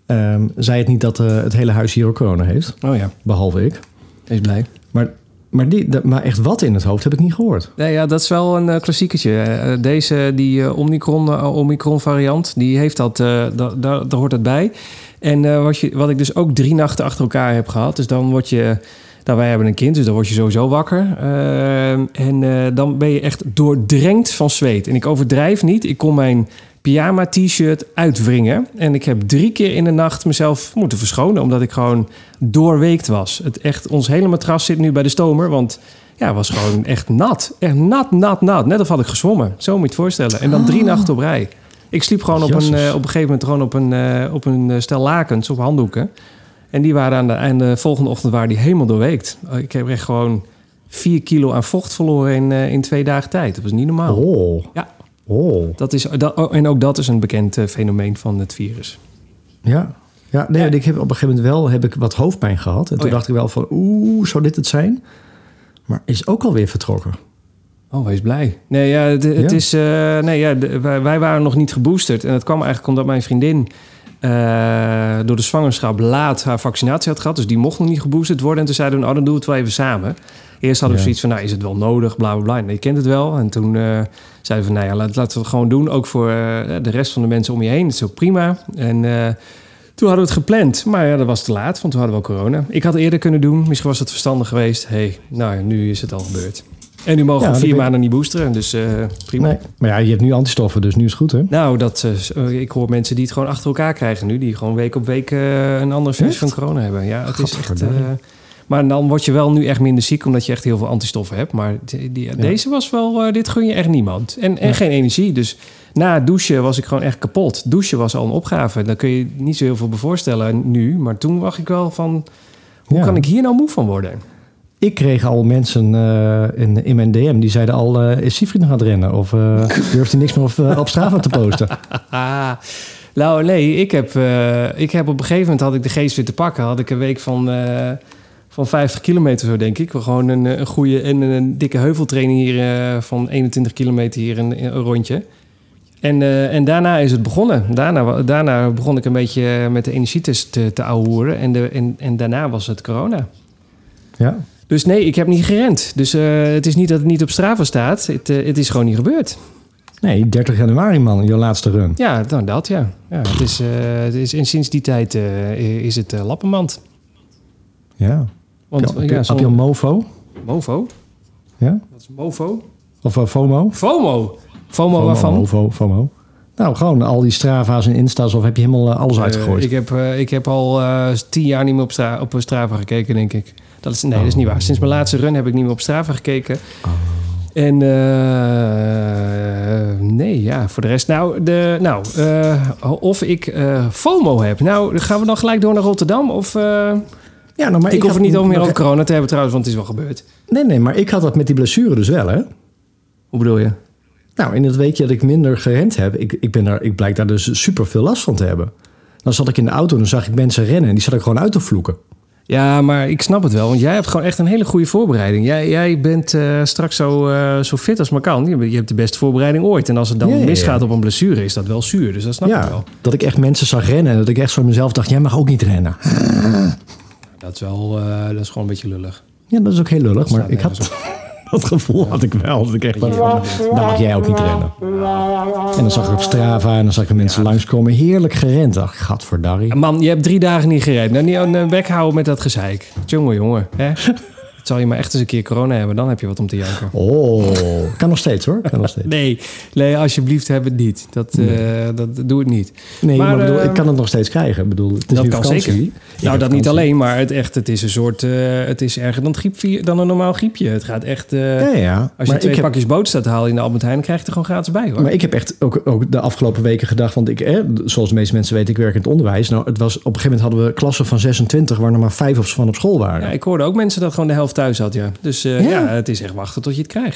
Ehm zei het niet dat eh, het hele huis hier ook corona heeft,
oh ja,
behalve ik.
wees blij.
Maar, maar, die, dat- maar echt wat in het hoofd heb ik niet gehoord.
Nee, ja, dat is wel een eh, klassieketje. Eh, Deze, die eh, Omicron, eh, Omicron variant, die heeft dat, eh, da- da- daar hoort het bij. En eh, wat, je, wat ik dus ook drie nachten achter elkaar heb gehad, dus dan word je... Nou, wij hebben een kind, dus dan word je sowieso wakker. Ehm, en eh, dan ben je echt doordrenkt van zweet. En ik overdrijf niet, ik kon mijn pyjama t-shirt uitwringen. En ik heb drie keer in de nacht mezelf moeten verschonen, omdat ik gewoon doorweekt was. Het echt, ons hele matras zit nu bij de stomer, want ja, het was gewoon echt nat. Echt nat, nat, nat. Net of had ik gezwommen. Zo moet je het voorstellen. En dan drie nachten op rij. Ik sliep gewoon op een, eh,
Jezus.
op een gegeven moment gewoon op een, eh, op een eh, stel lakens, op handdoeken. En die waren aan de, aan de volgende ochtend waren die helemaal doorweekt. Ik heb echt gewoon vier kilo aan vocht verloren in, eh, in twee dagen tijd. Dat was niet normaal.
Oh.
Ja.
Oh.
Dat is, dat, oh, en ook dat is een bekend eh, fenomeen van het virus.
Ja. Ja, nee, ik heb op een gegeven moment wel heb ik wat hoofdpijn gehad. En toen
Oh ja.
dacht ik wel van, oeh, zou dit het zijn? Maar is ook alweer vertrokken.
Oh, wees blij. Nee, ja, het, het
Ja.
is. eh, nee, ja, de- wij, wij waren nog niet geboosterd. En dat kwam eigenlijk omdat mijn vriendin. eh, door de zwangerschap laat haar vaccinatie had gehad. Dus die mocht nog niet geboosterd worden. En toen zeiden we, oh, dan doen we het wel even samen. Eerst hadden we
Ja.
zoiets van, nou, is het wel nodig? Bla, bla, bla. Nee, je kent het wel. En toen eh, zeiden we, nou ja, laat, laten we het gewoon doen. Ook voor eh, de rest van de mensen om je heen. Dat is ook prima. En eh, Toen hadden we het gepland, maar ja, dat was te laat, want toen hadden we al corona. Ik had het eerder kunnen doen, misschien was het verstandig geweest. hey, nou, nu is het al gebeurd. En nu mogen
Ja,
we
dat
vier
weet-
maanden niet boosteren, dus eh, prima.
Nee. Maar ja, je hebt nu antistoffen, dus nu is het goed, hè?
Nou, dat, eh, ik hoor mensen die het gewoon achter elkaar krijgen nu. Die gewoon week op week eh, een andere versie van corona hebben. Ja, het is echt...
Gadverdamme.
eh, maar dan word je wel nu echt minder ziek, omdat je echt heel veel antistoffen hebt. Maar die, die- deze was wel... eh, dit gun je echt niemand. En, en
Ja.
geen energie. Dus na het douchen was ik gewoon echt kapot. Douchen was al een opgave. Daar kun je niet zo heel veel bij voorstellen nu. Maar toen dacht ik wel van... Hoe
Ja.
kan ik hier nou moe van worden?
Ik kreeg al mensen eh, in, in mijn DM die zeiden al: eh, is Siegfried nog aan het rennen? Of eh, durft hij niks meer op, eh, op Strava te posten?
Ah, nou nee, ik heb, eh, ik heb op een gegeven moment had ik de geest weer te pakken. Had ik een week van, eh, van 50 kilometer zo, denk ik. Gewoon een, eh, een goede en een dikke heuveltraining hier eh, van 21 kilometer hier een, een rondje. En, eh, en daarna is het begonnen. Daarna, wa- daarna begon ik een beetje eh, met de energietest te, te ouwehoeren. En, de, en, en daarna was het corona.
Ja.
Dus nee, ik heb niet gerend. Dus eh, het is niet dat het niet op Strava staat. Het, eh, het is gewoon niet gebeurd.
Nee, 30 januari, man, je laatste run.
Ja, nou dat ja. ja het is, eh, het is, en sinds die tijd eh, is het eh, lappenmand.
Ja.
Want
Heb je-
ja,
heb je
zo'n-
een MOFO?
MOVO?
Ja?
Wat is MOVO?
Of eh, FOMO?
FOMO! FOMO,
FOMO,
waarvan?
MOFO, FOMO. Nou, gewoon al die Strava's en Insta's, of heb je helemaal eh, alles uitgegooid?
Eh, ik, heb, eh, ik heb al eh, tien jaar niet meer op, stra op Strava gekeken, denk ik. Dat is, nee, dat is
Oh.
niet waar. Sinds mijn laatste run heb ik niet meer op Strava gekeken. En eh, nee, ja, voor de rest. Nou, de, nou eh, of ik eh, FOMO heb. Nou, gaan we dan gelijk door naar Rotterdam? Of, eh,
ja, nou, maar
ik, hoef
had-
het niet over meer
nog-
over corona te hebben trouwens, want het is wel gebeurd.
Nee, nee, maar ik had dat met die blessure dus wel, hè?
Hoe bedoel je?
Nou, in het weekje dat ik minder gerend heb, ik, ik, ben daar, ik blijk daar dus super veel last van te hebben. Dan zat ik in de auto en dan zag ik mensen rennen en die zat ik gewoon uit te vloeken.
Ja, maar ik snap het wel, want jij hebt gewoon echt een hele goede voorbereiding. Jij, jij bent eh, straks zo, eh, zo fit als maar kan. Je, je hebt de beste voorbereiding ooit. En als het dan
Ja, ja, ja.
misgaat op een blessure, is dat wel zuur. Dus dat snap ik wel.
dat ik echt mensen zag rennen en dat ik echt zo in mezelf dacht, jij mag ook niet rennen.
Dat is wel, eh, dat is gewoon een beetje lullig.
Ja, dat is ook heel lullig,
staat
maar ik had dat gevoel had ik wel. Dat ik echt dacht, van, dan mag jij ook niet rennen. En dan zag ik op Strava en dan zag ik de mensen langskomen. Heerlijk gerend. Ach, gadverdarrie.
Man, je hebt drie dagen niet gereden. Nou, niet aan de bek houden met dat gezeik. Jongen, jongen. Hè? Het zal je maar echt eens een keer corona hebben, dan heb je wat om te janken.
Oh, kan nog steeds hoor. Kan nog steeds.
Nee, nee alsjeblieft, heb het niet. Dat, eh, dat doe het niet.
Nee, maar,
Maar,
ik bedoel,
eh,
ik kan het nog steeds krijgen. Ik bedoel, het is
dat
nu
kan
vakantie.
zeker.
Ik
nou,
heb
dat niet
vakantie.
alleen, maar het, echt, het is een soort. eh, het is erger dan, het griepvi- dan een normaal griepje. Het gaat echt. eh,
Ja, ja.
Als je
maar,
twee
ik heb,
pakjes boot staat te halen in de Albert Heijn, dan krijg je er gewoon gratis bij hoor.
maar ik heb echt ook, ook de afgelopen weken gedacht. Want ik, eh, zoals de meeste mensen weten, ik werk in het onderwijs. Nou, het was, op een gegeven moment hadden we klassen van 26 waar er maar vijf of zo van op school waren.
ja, ik hoorde ook mensen dat gewoon de helft thuis had. Ja. Dus eh,
Ja.
ja. het is echt wachten tot je het krijgt.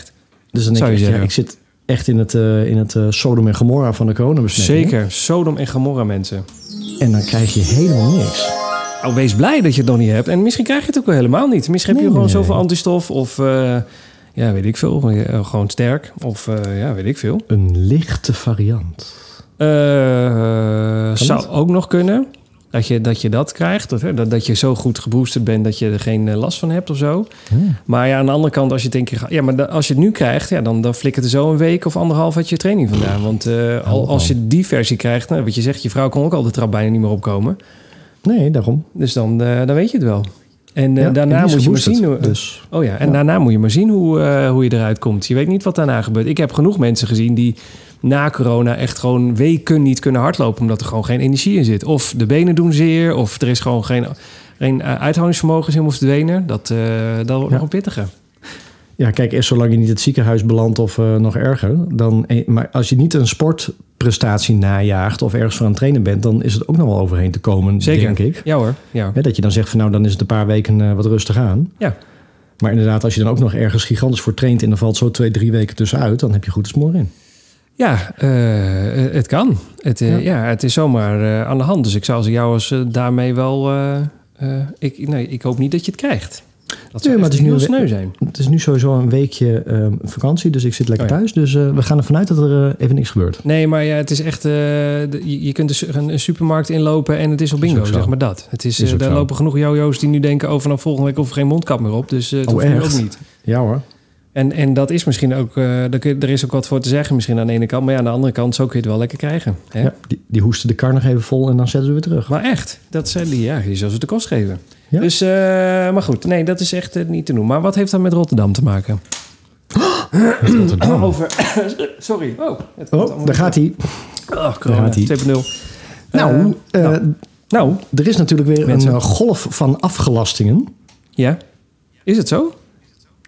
dus dan denk
zou je
ik, echt, ja,
zeggen.
ik zit echt in het, eh, in het eh, Sodom en Gomorra van de coronabesmetting.
Zeker. Sodom en Gomorra mensen.
En dan krijg je helemaal niks.
Nou, wees blij dat je het nog niet hebt. En misschien krijg je het ook wel helemaal niet. Misschien heb je
Nee,
gewoon
nee,
zoveel
nee.
antistof of. eh, ja, weet ik veel. Eh, Gewoon sterk. Of eh, ja, weet ik veel.
Een lichte variant.
Eh, zou
dat?
ook nog kunnen. Dat je dat, je dat krijgt. Of, hè, dat, dat je zo goed geboosterd bent dat je er geen eh, last van hebt of zo. Maar ja, aan de andere kant, als je het een keer ga- Ja, maar da- als je het nu krijgt, ja, dan, dan flikkert er zo een week of anderhalf uit je training vandaan. Want eh, al,
op,
als
man.
je die versie krijgt, nou, wat je zegt, je vrouw kon ook al de trap bijna niet meer opkomen.
Nee, daarom.
Dus dan, eh, dan weet je het wel. En eh,
Ja,
daarna
en die
moet
is
je maar
geboosterd,
zien. hoe-
Dus.
Oh ja, en daarna moet je maar zien hoe, eh, hoe je eruit komt. Je weet niet wat daarna gebeurt. Ik heb genoeg mensen gezien die na corona echt gewoon weken niet kunnen hardlopen. Omdat er gewoon geen energie in zit. Of de benen doen zeer. Of er is gewoon geen, geen eh, uithoudingsvermogen is helemaal verdwenen. Dat, eh, dat wordt
Ja.
nog een pittige.
Ja, kijk, eerst zolang je niet het ziekenhuis belandt of eh, nog erger. Dan, eh, maar als je niet een sportprestatie najaagt of ergens voor aan het trainen bent, dan is het ook nog wel overheen te komen,
Zeker.
denk ik.
Ja hoor. Ja.
Hè, dat je dan zegt van nou, dan is het een paar weken eh, wat rustig aan.
Ja.
Maar inderdaad, als je dan ook nog ergens gigantisch voor traint en dan valt zo twee, drie weken tussenuit, dan heb je goed de smoor in.
Ja, eh, het kan. Het, eh, ja. het is zomaar eh, aan de hand. Dus ik zou ze jou als eh, daarmee wel. eh, eh, ik, nee, ik hoop niet dat je het krijgt. Dat zou
maar
echt
het is nu
heel
we-
sneu zijn.
Het is nu sowieso een weekje eh, vakantie, dus ik zit lekker
Oh ja.
thuis. Dus eh, we gaan ervan uit dat er eh, even niks gebeurt.
Nee, maar ja, het is echt. eh, de- je- je kunt de su- een, een supermarkt inlopen en het is al bingo,
ook zo.
zeg maar dat. Het is,
Is
eh,
ook
daar
zo.
nou, lopen genoeg jojo's die nu denken: oh, vanaf volgende week of geen mondkap meer op. Dus eh het
Oh,
hoeft nu
echt?
ook niet.
Ja hoor.
En, en dat is misschien ook, eh, daar kun je- er is ook wat voor te zeggen misschien aan de ene kant. Maar ja, aan de andere kant, zo kun je het wel lekker krijgen. Hè?
Ja, die, die hoesten de kar nog even vol en dan zetten ze weer terug.
Maar echt, dat zijn die, ja, je zou ze de kost geven.
Ja.
Dus, eh, maar goed, nee, dat is echt eh, niet te doen. Maar wat heeft dat met Rotterdam te maken? Oh, Over, sorry. Oh, het komt allemaal
Oh, daar gaat hij.
weer. Oh, corona,
Daar gaat-ie.
2.0.
Nou, eh,
Nou,
er is natuurlijk weer
Mensen.
een eh, golf van afgelastingen.
ja. Is het zo?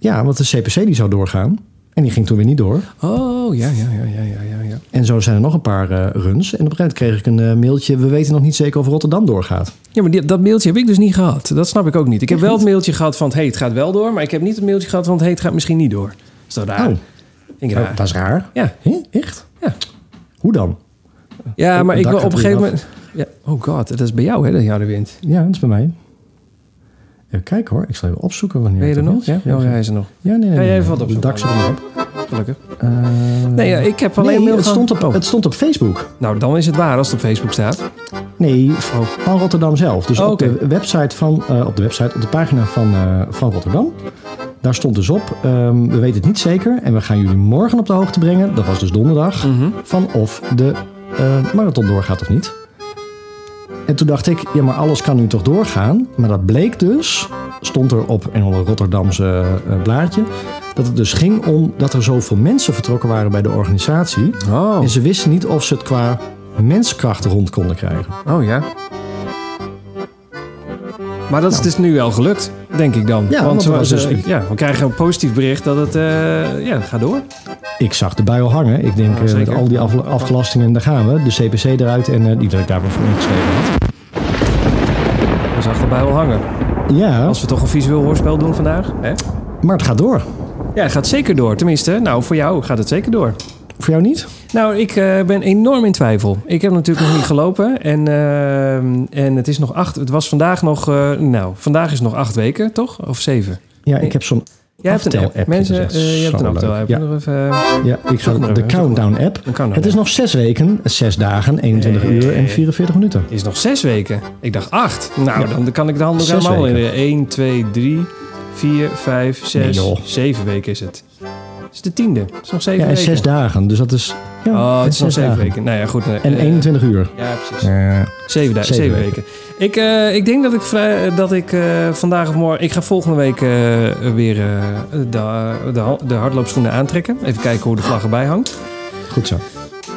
Ja, want de CPC die zou doorgaan. En die ging toen weer niet door.
Oh, ja, ja, ja, ja, ja, ja, ja.
En zo zijn er nog een paar eh, runs. En op een gegeven moment kreeg ik een eh, mailtje. We weten nog niet zeker of Rotterdam doorgaat.
Ja, maar die- dat mailtje heb ik dus niet gehad. Dat snap ik ook niet. Ik heb wel het mailtje gehad van, hey, het gaat wel door. Maar ik heb niet het mailtje gehad van, hey, het gaat misschien niet door. Zo daar.
Oh,
Vind ik
oh,
raar.
dat is raar.
Ah, Ja,
Hè? Echt?
Ja.
Hoe dan?
ja
Op-
maar
op
ik
Oh, dak
wil op
gaat
een gegeven
het weer
moment... Ja. Oh god, dat is bij jou, hè, dat jou de wind.
Ja, dat is bij mij. Even kijken hoor. Ik zal even opzoeken wanneer
Ben je er
het
nog?
is.
Ja,
ja,
oh, hij is er nog.
nee, nee.
Ga
nee,
je
nee.
even wat opzoeken? Oh.
De dak zit er nog op.
Gelukkig.
Eh,
Nee, ja, ik heb alleen
nee,
een mail
het,
van-
stond op,
Oh.
het stond op Facebook.
Nou, dan is het waar als het op Facebook staat.
Nee, van Rotterdam zelf. Dus
Oh,
op,
oké.
de website van, eh, op de website, op de pagina van, eh, van Rotterdam. Daar stond dus op, ehm, we weten het niet zeker. En we gaan jullie morgen op de hoogte brengen. Dat was dus donderdag.
Mhm.
Van of de eh, marathon doorgaat of niet. En toen dacht ik, ja maar alles kan nu toch doorgaan. Maar dat bleek dus, stond er op een Rotterdamse eh, blaadje. Dat het dus ging om dat er zoveel mensen vertrokken waren bij de organisatie.
Oh,
En ze wisten niet of ze het qua menskracht rond konden krijgen.
oh ja. Maar dat is dus nu wel gelukt, denk ik dan.
Nou. Ja, want
want
er was
ze,
dus-
ze- ja, we krijgen een positief bericht dat het eh, ja, gaat door.
Ik zag de bui al hangen. Ik denk,
Ja,
eh, met
zeker.
al die afla- afgelastingen, daar gaan we. De CPC eruit en eh, die dat ik daarvoor voor ingeschreven had.
We zag erbij wel hangen.
Ja,
Als we toch een visueel hoorspel doen vandaag. Hè?
maar het gaat door.
Ja, het gaat zeker door. Tenminste, nou, voor jou gaat het zeker door.
Voor jou niet?
Nou, ik eh, ben enorm in twijfel. Ik heb natuurlijk nog niet gelopen. En, ehm, en het is nog acht. Het was vandaag nog. eh, nou, vandaag is nog acht weken, toch? Of zeven?
Ja, ik heb zo'n...
Jij hebt een app.
Aftel-appje,
Mensen,
dat is
eh, je hebt
zo
een aftel app.
leuk.
Nog even, eh,
Ja, ik
Zoek maar
zag de
even, zoek
countdown app.
een countdown
Het is nog zes weken, zes dagen, 21
Nee.
uur en 44 minuten.
is nog zes weken. Ik dacht acht. Nou,
Ja.
dan kan ik de handen ook
Zes
helemaal in.
weken.
1, 2, 3, 4, 5, 6,
Nee, joh.
7 weken is het. Het is de tiende. Het is nog zeven
Ja, en
weken.
zes dagen. Dus dat is... Ja,
Oh, het is nog
zes
zeven
dagen.
weken. Nou ja, goed. nee,
En
eh,
21 uur.
Ja, precies.
Ja.
Zeven, da-
Zeven
zeven weken.
weken.
Ik, eh, ik denk dat ik, vrij, dat ik eh, vandaag of morgen... Ik ga volgende week eh, weer eh, de, de, ha- de hardloopschoenen aantrekken. Even kijken hoe de vlag erbij hangt.
Goed zo.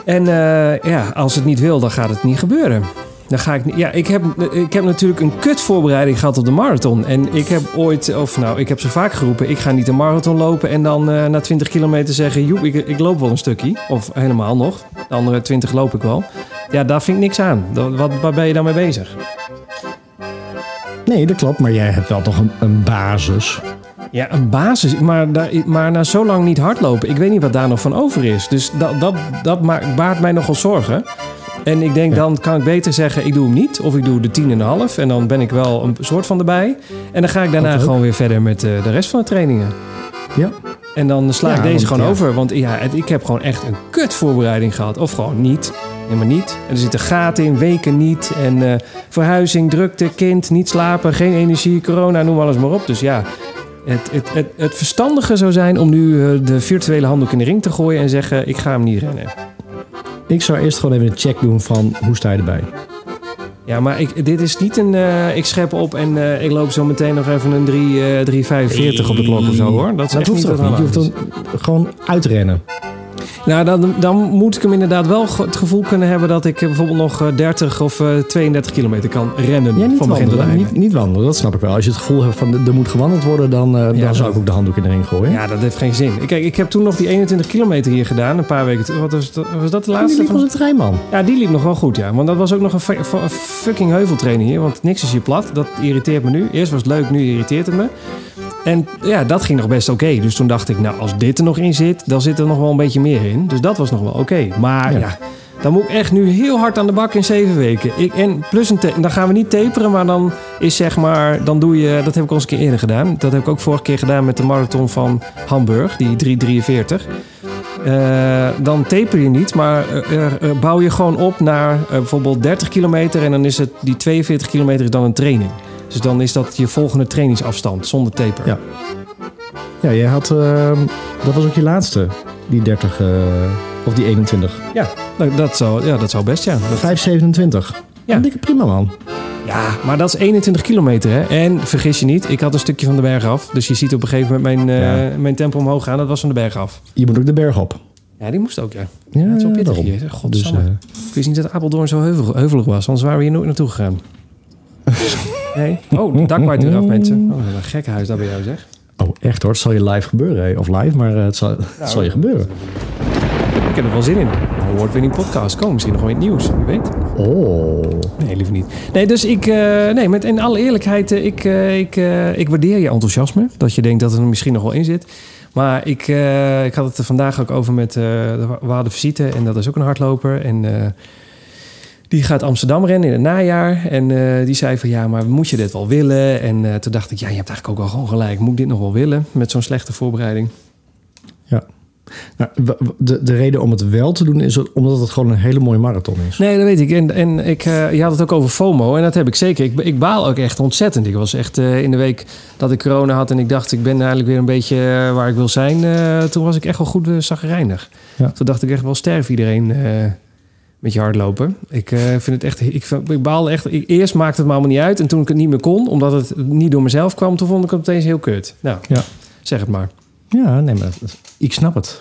En eh, ja, als het niet wil, dan gaat het niet gebeuren. Dan ga ik, niet- ja, ik, heb, ik heb natuurlijk een kut voorbereiding gehad op de marathon. En ik heb ooit, of nou, ik heb ze vaak geroepen... ik ga niet een marathon lopen en dan eh, na 20 kilometer zeggen... joep, ik, ik loop wel een stukje. Of helemaal nog. De andere 20 loop ik wel. Ja, daar vind ik niks aan. Dan- Wat, waar ben je dan mee bezig?
Nee, dat klopt. Maar jij hebt wel toch een, een basis.
Ja, een basis. Maar, daar- maar na zo lang niet hardlopen, ik weet niet wat daar nog van over is. Dus dat, dat, dat maakt, baart mij nogal zorgen. En ik denk,
Ja.
dan kan ik beter zeggen, ik doe hem niet. Of ik doe de tien en een half. En dan ben ik wel een soort van erbij. En dan ga ik daarna
Wat leuk.
gewoon weer verder met eh, de rest van de trainingen.
Ja.
En dan sla ik
Ja,
deze
want,
gewoon
ja.
over. Want ja, het- ik heb gewoon echt een kut voorbereiding gehad. Of gewoon niet. Helemaal niet. En er zitten gaten in, weken niet. En eh, verhuizing, drukte, kind, niet slapen, geen energie, corona, noem alles maar op. Dus ja, het, het, het, het verstandige zou zijn om nu eh, de virtuele handdoek in de ring te gooien en zeggen: ik ga hem niet rennen.
Ik zou eerst gewoon even een check doen van hoe sta je erbij.
Ja, maar ik, dit is niet een. eh, ik schep op en eh, ik loop zo meteen nog even een drie, eh, 3,45 op de klok of zo hoor. Dat, is
Dat
echt
hoeft
niet
toch
wat
niet? Je
aan
hoeft
is.
dan gewoon uitrennen.
Nou, dan, dan moet ik hem inderdaad wel ge- het gevoel kunnen hebben dat ik eh, bijvoorbeeld nog eh, 30 of eh, 32 kilometer kan rennen
Ja, niet
van begin tot
wandelen.
einde.
Niet, niet wandelen, dat snap ik wel. Als je het gevoel hebt van er moet gewandeld worden, dan, eh, dan
dat-
zou ik ook de handdoek in de ring gooien.
Ja, dat heeft geen zin. Kijk, ik heb toen nog die 21 kilometer hier gedaan, een paar weken. te- Wat was dat, was dat de
Die
laatste?
liep
Van...
als een treinman.
Ja, die liep nog wel goed, ja. Want dat was ook nog een, fu- fu- een fucking heuveltraining hier. Want niks is hier plat. Dat irriteert me nu. Eerst was het leuk, nu irriteert het me. En ja, dat ging nog best oké. Dus toen dacht ik, nou, als dit er nog in zit, dan zit er nog wel een beetje meer in. Dus dat was nog wel oké. Maar ja.
Ja.
dan moet ik echt nu heel hard aan de bak in zeven weken. Ik, en plus een ta- dan gaan we niet taperen, maar dan is zeg maar, dan doe je, dat heb ik al eens een keer eerder gedaan. Dat heb ik ook vorige keer gedaan met de marathon van Hamburg, die 343. Eh, dan taper je niet, maar eh, eh, eh, bouw je gewoon op naar eh, bijvoorbeeld 30 kilometer. En dan is het die 42 kilometer is dan een training. Dus dan is dat je volgende trainingsafstand zonder taper.
Ja. Ja, jij had... ehm, dat was ook je laatste. Die 30... eh, of die 21.
Dat, Nou, dat zou, ja, dat zou best, ja. Dat-
527.
Ja.
Ja. Dikke prima, man.
ja, maar dat is 21 kilometer, hè. En vergis je niet, ik had een stukje van de berg af. Dus je ziet op een gegeven moment mijn, eh, mijn tempo omhoog gaan. Dat was van de berg af.
Je moet ook de berg op.
Ja, die moest ook, ja.
Ja,
het is wel pittig
daarom.
hier. God,
Dus, eh,
Ik wist niet dat Apeldoorn zo heuvel, heuvelig was. Anders waren we hier nooit naartoe gegaan. Nee? Oh, de dak waait weer af, mensen. Oh, wat een gekke huis daar bij jou, zeg.
oh, echt hoor. Het zal je live gebeuren. hè. Of live, maar eh, het, zal, het zal je gebeuren.
Ik heb er wel zin in. Een award-winning podcast. Kom, misschien nog wel in het nieuws. Wie weet.
Oh.
Nee, liever niet. Nee, dus ik... eh, nee, met, in alle eerlijkheid, eh, ik, eh, ik, eh, ik waardeer je enthousiasme. Dat je denkt dat het er misschien nog wel in zit. Maar ik, eh, ik had het er vandaag ook over met... eh we hadden visite en dat is ook een hardloper. En eh, die gaat Amsterdam rennen in het najaar. En eh, die zei van, ja, maar moet je dit wel willen? En eh, toen dacht ik, ja, je hebt eigenlijk ook wel gewoon gelijk. Moet ik dit nog wel willen? Met zo'n slechte voorbereiding.
Nou, w- w- de, de reden om het wel te doen is omdat het gewoon een hele mooie marathon is.
Nee, dat weet ik. En, en ik, eh, je had het ook over FOMO. En dat heb ik zeker. Ik, ik baal ook echt ontzettend. Ik was echt eh, in de week dat ik corona had en ik dacht, ik ben eigenlijk weer een beetje eh, waar ik wil zijn. eh, toen was ik echt wel goed uh,
Ja.
Toen dacht ik echt wel sterf iedereen eh, met je hardlopen. Ik eh, vind het echt. Ik, vind- ik baal echt. ik- eerst maakte het me allemaal niet uit. En toen ik het niet meer kon, omdat het niet door mezelf kwam, toen vond ik het opeens heel kut. Nou,
Ja.
zeg het maar.
Ja, nee, maar het- ik snap het.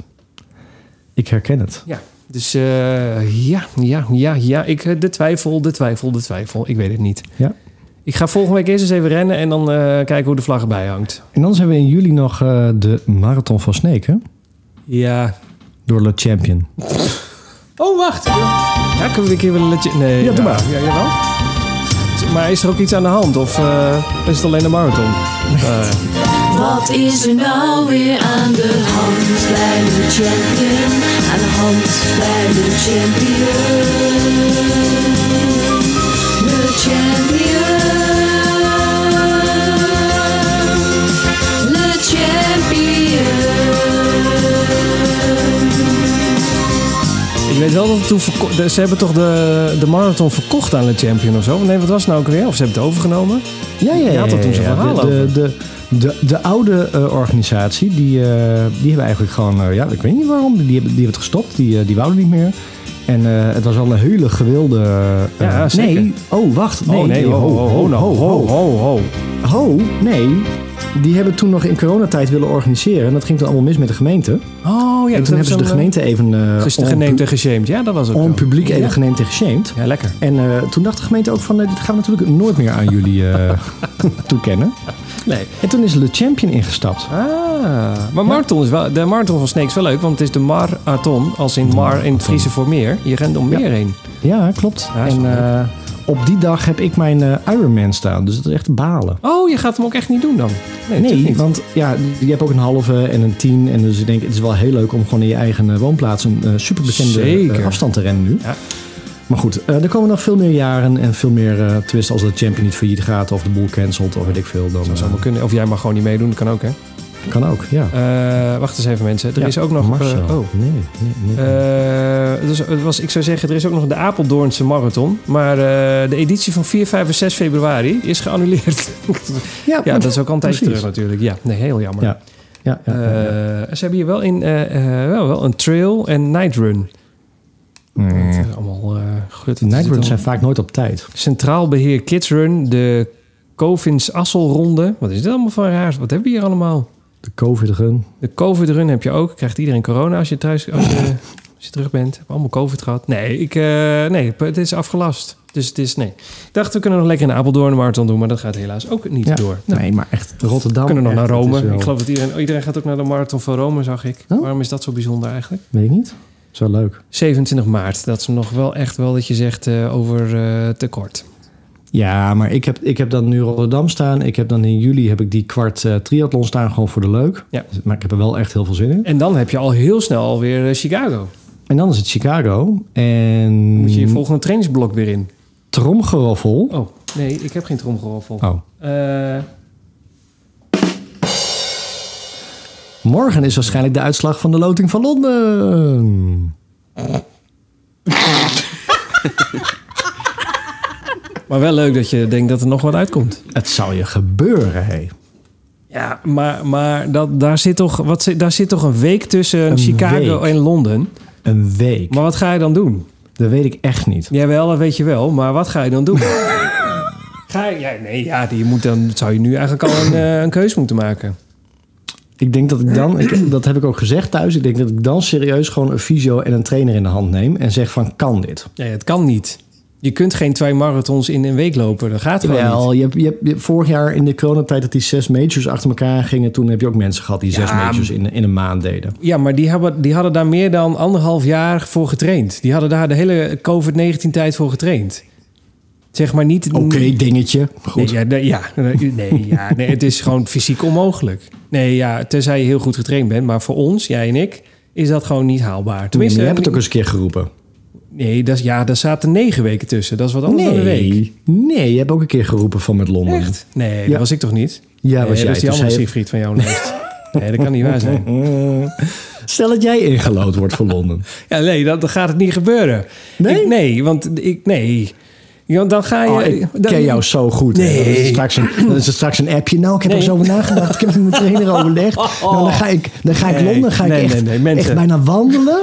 Ik herken het.
Dus eh, ja, ja, ja, ja. Ik, eh, de twijfel, de twijfel, de twijfel. Ik weet het niet.
Ja.
Ik ga volgende week eerst eens even rennen en dan eh, kijken hoe de vlag erbij hangt.
En anders hebben we in juli nog eh, de Marathon van Sneek, hè?
Ja.
Door Le Champion.
Oh, wacht. Ja, kunnen we een keer willen... letje- Nee.
Ja, doe maar.
Ja, jawel. Maar is er ook iets aan de hand? Of eh, is het alleen een marathon? Eh,
Wat is er nou weer aan de hand bij de champion? Aan de hand bij de champion. De champion. De champion.
ik weet wel dat het toen... verko- de- Ze hebben toch de, de marathon verkocht aan de Champion of zo? Nee, wat was het nou ook weer? Of ze hebben het overgenomen?
Ja, ja,
Je had er toen zo'n verhaal
de,
over.
De, de, de, de oude eh, organisatie, die, eh, die hebben eigenlijk gewoon... eh, ja, ik weet niet waarom. Die hebben, die hebben het gestopt. Die, eh, die wouden niet meer. En eh, het was al een hele gewilde... eh,
Ja, zeker.
Nee, oh, wacht. Nee,
oh nee, ho, ho, ho, nou, ho, ho, ho,
Ho, nee. Die hebben toen nog in coronatijd willen organiseren. En dat ging toen allemaal mis met de gemeente.
Oh ja,
en toen hebben ze de gemeente even... eh
geneemd en geshamed. Ja, dat was het.
On
wel.
publiek even
Ja.
geneemd en geshamed.
Ja, lekker.
En eh, toen dacht de gemeente ook van... eh, dit gaan we natuurlijk nooit meer aan jullie eh, toekennen.
Nee.
En toen is Le Champion ingestapt.
Ah, maar marathon is wel, de marathon van Sneek is wel leuk, want het is de marathon, als in mar in het Friese voor meer. Je rent om
Ja.
meer heen.
Ja, klopt.
Ja, is
en
wel leuk.
eh, op die dag heb ik mijn eh, Ironman staan. Dus dat is echt balen.
Oh, je gaat hem ook echt niet doen dan? natuurlijk
Nee,
niet.
want ja, je hebt ook een halve en een tien. En dus ik denk, het is wel heel leuk om gewoon in je eigen eh, woonplaats een eh, superbekende
Zeker.
eh, afstand te rennen nu.
Ja.
Maar goed, eh, er komen nog veel meer jaren en veel meer eh twisten als de champion niet failliet gaat of de boel cancelt of weet ik veel. Dan
Dat zou
eh,
allemaal kunnen. Of jij mag gewoon niet meedoen, dat kan ook hè.
kan ook, ja.
Eh, wacht eens even mensen, er
Ja,
is ook nog...
Marcel.
eh, oh.
Nee, nee, nee.
Eh, dus het was, ik zou zeggen, er is ook nog de Apeldoornse marathon. Maar eh, de editie van 4, 5 en 6 februari is geannuleerd. ja, dat is ook al een tijdje terug
Precies.
natuurlijk. Ja, nee, heel jammer.
Ja. Ja, ja, ja, ja.
Eh, ze hebben hier wel, in, eh, eh, wel, wel een trail en night run. Het
Mm.
is allemaal eh gut.
De
Het is
nightruns
dan
zijn vaak nooit op tijd.
Centraal Beheer Kids Run, de Covins Asselronde. Wat is dit allemaal voor raars? Wat hebben we hier allemaal?
De covid-run.
De COVID Run heb je ook. Krijgt iedereen corona als je thuis als je, als je terug bent? Hebben we allemaal COVID gehad? Nee, ik, eh, nee, het is afgelast. Dus het is nee. Ik dacht, we kunnen nog lekker in Apeldoorn een marathon doen, maar dat gaat helaas ook niet
Ja.
door. Nou,
Nee, maar echt Rotterdam.
we kunnen nog
echt,
naar
dat
Rome.
is wel-
Ik geloof dat iedereen, iedereen gaat ook naar de marathon van Rome, zag ik.
Oh.
Waarom is dat zo bijzonder eigenlijk?
Weet ik niet. Zo leuk.
27 maart. Dat is nog wel echt wel dat je zegt eh, over eh, tekort.
Ja, maar ik heb, ik heb dan nu Rotterdam staan. Ik heb dan in juli heb ik die kwart eh triathlon staan, gewoon voor de leuk.
Ja.
Maar ik heb er wel echt heel veel zin in.
En dan heb je al heel snel alweer eh, Chicago.
En dan is het Chicago. En
Moet je je volgende trainingsblok weer in.
tromgeroffel.
Oh, nee, ik heb geen tromgeroffel.
Oh.
Eh,
Morgen is waarschijnlijk de uitslag van de loting van Londen.
maar wel leuk dat je denkt dat er nog wat uitkomt.
Het zou je gebeuren, hé.
Ja, maar, maar dat, daar, zit toch, wat, zit- daar zit toch een week tussen
Een
Chicago
week.
en Londen.
Een week.
Maar wat ga je dan doen?
Dat weet ik echt niet.
Jawel, dat weet je wel, maar wat ga je dan doen? ga je, ja, nee, ja, die moet dan zou je nu eigenlijk al een, eh, een keus moeten maken.
Ik denk dat ik dan, ik- dat heb ik ook gezegd thuis, ik denk dat ik dan serieus gewoon een fysio en een trainer in de hand neem en zeg van kan dit?
Nee, het kan niet. Je kunt geen twee marathons in een week lopen. Dat gaat gewoon niet.
Wel, je hebt, je hebt- je hebt vorig jaar in de coronatijd dat die zes majors achter elkaar gingen, toen heb je ook mensen gehad die zes
Ja,
majors in, in een maand deden.
Ja, maar die hadden, die hadden daar meer dan anderhalf jaar voor getraind. Die hadden daar de hele COVID-19-tijd voor getraind. Zeg maar niet...
Oké, dingetje. Goed.
Nee, ja, nee, ja, nee, ja, nee, het is gewoon fysiek onmogelijk. Nee, ja, tenzij je heel goed getraind bent. Maar voor ons, jij en ik, is dat gewoon niet haalbaar.
Tenminste,
Tenminste,
je hebt het ook eens een keer geroepen.
nee, dat, is- ja, daar zaten negen weken tussen. Dat is wat anders dan een week.
Nee, nee, je hebt ook een keer geroepen van met Londen.
Echt? Nee, dat
Ja.
was ik toch niet?
Ja,
nee,
was jij.
dat is die
Toen
andere
zei je-
Siegfried van jouw lijst. Nee, dat kan niet waar zijn.
Stel dat jij ingelood wordt voor Londen.
Ja, nee, dan, dan gaat het niet gebeuren.
Nee?
Ik- nee, want ik... Nee. Ja, Want dan ga je...
Oh, ik
dan-
ken jou zo goed. hè.
Nee.
Dan, is het straks een, dan is het straks een appje. Nou, ik heb
Nee. Oh.
er zo over nagedacht. Ik heb het met mijn trainer overlegd. Nou, dan ga ik, dan ga ik
Nee.
Londen ga
Nee,
ik echt,
nee, nee, mensen.
echt bijna wandelen.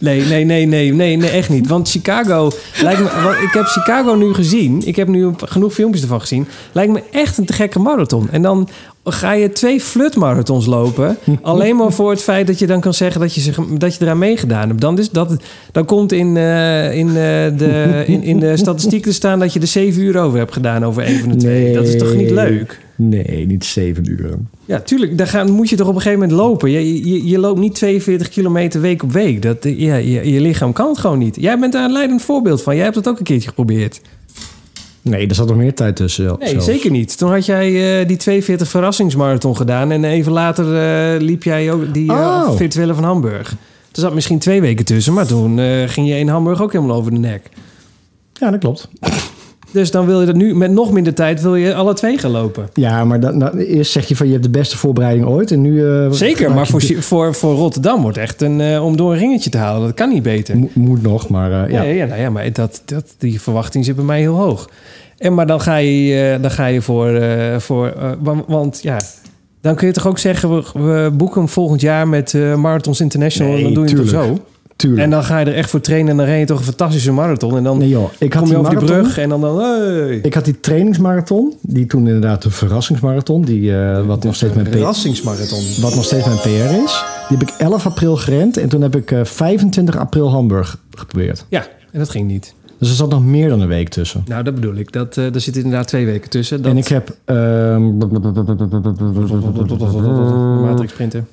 Nee, nee, nee, nee, nee, nee, echt niet. Want Chicago lijkt me. want ik heb Chicago nu gezien. Ik heb nu een- genoeg filmpjes ervan gezien. Lijkt me echt een te gekke marathon. En dan ga je twee flutmarathons lopen. Alleen maar voor het feit dat je dan kan zeggen dat je, zich, dat je eraan meegedaan hebt. Dan, is dat, dan komt in, eh, in, eh, de, in, in de statistiek te staan dat je er zeven uur over hebt gedaan over een van de twee. Dat is toch niet leuk?
Nee, niet zeven uur.
Ja, tuurlijk. Daar gaan, moet je toch op een gegeven moment lopen. Je, je, je loopt niet 42 kilometer week op week. Dat, eh, ja, je, je lichaam kan het gewoon niet. Jij bent daar een leidend voorbeeld van. Jij hebt dat ook een keertje geprobeerd.
Nee, er zat nog meer tijd tussen. zelf-
Nee,
zelfs.
zeker niet. Toen had jij eh, die 42 verrassingsmarathon gedaan. En even later eh, liep jij ook die eh
Oh.
virtuele van Hamburg. Er zat misschien twee weken tussen. Maar toen eh, ging je in Hamburg ook helemaal over de nek.
Ja, dat klopt.
Dus dan wil je dat nu met nog minder tijd wil je alle twee gaan lopen.
Ja, maar dan, nou, eerst zeg je van je hebt de beste voorbereiding ooit. En nu, eh,
Zeker,
maak
maar
je
voor,
dit-
voor, voor Rotterdam wordt echt een, eh, om door een ringetje te halen. Dat kan niet beter.
Mo- Moet nog, maar eh,
Ja,
ja.
ja, nou ja maar dat, dat, die verwachting zit bij mij heel hoog. En maar dan ga je, eh, dan ga je voor. eh, voor eh, wa- want, ja, dan kun je toch ook zeggen: we, we boeken hem volgend jaar met eh, Marathons International. en
Nee,
dan doe je het toch
tuurlijk.
zo.
tuurlijk.
En dan ga je er echt voor trainen. En dan ren je toch een fantastische marathon. En dan
nee, joh, ik had
kom je
die
over die
marathon-
brug. En dan. dan hey.
Ik had die trainingsmarathon, die toen inderdaad een verrassingsmarathon, die, eh, wat, nog steeds mijn P-
Verrassingsmarathon.
wat nog steeds mijn PR is. Die heb ik 11 april gerend en toen heb ik eh, 25 april Hamburg geprobeerd.
Ja, en dat ging niet.
Dus er zat nog meer dan een week tussen.
Nou, dat bedoel ik. Dat, eh daar zitten inderdaad twee weken tussen. Dat...
En ik heb... ehm,
Matrix printen.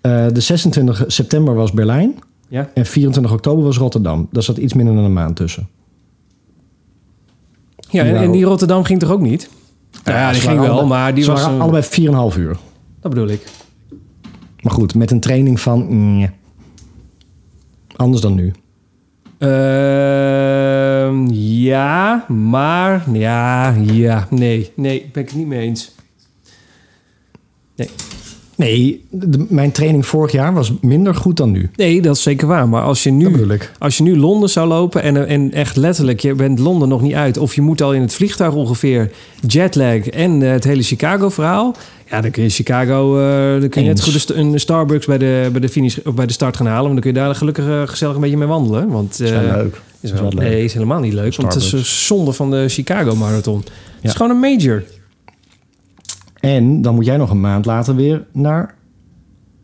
eh, de 26 september was Berlijn
Ja.
en 24 oktober was Rotterdam. Daar zat iets minder dan een maand tussen.
ja, en,
Nou.
en die Rotterdam ging toch ook niet? Nou ja,
ze
die
waren
ging wel,
allebei-
maar die
ze
was...
waren
een-
allebei 4,5 uur.
Dat bedoel ik.
Maar goed, met een training van... nee. Anders dan nu.
Ehm, ja, maar. Ja, ja. Nee, nee, ben ik het niet mee eens.
Nee, de- mijn training vorig jaar was minder goed dan nu.
Nee, dat is zeker waar. Maar als je
Dat
nu,
bedoel ik.
als je nu Londen zou lopen en, en echt letterlijk, je bent Londen nog niet uit. Of je moet al in het vliegtuig ongeveer jetlag en eh, het hele Chicago-verhaal. Ja, dan kun je Chicago, eh, dan kun je net
Eens.
zo goed een st- een Starbucks bij de, bij, de finish, of bij de start gaan halen. Want dan kun je daar gelukkig eh, gezellig een beetje mee wandelen. Want
is wel
eh,
leuk.
Is
Is
wel,
wel leuk.
nee, is helemaal niet leuk. Want het is
Starbucks.
een zonde van de Chicago Marathon. Het
Ja.
is gewoon een major.
En dan moet jij nog een maand later weer naar...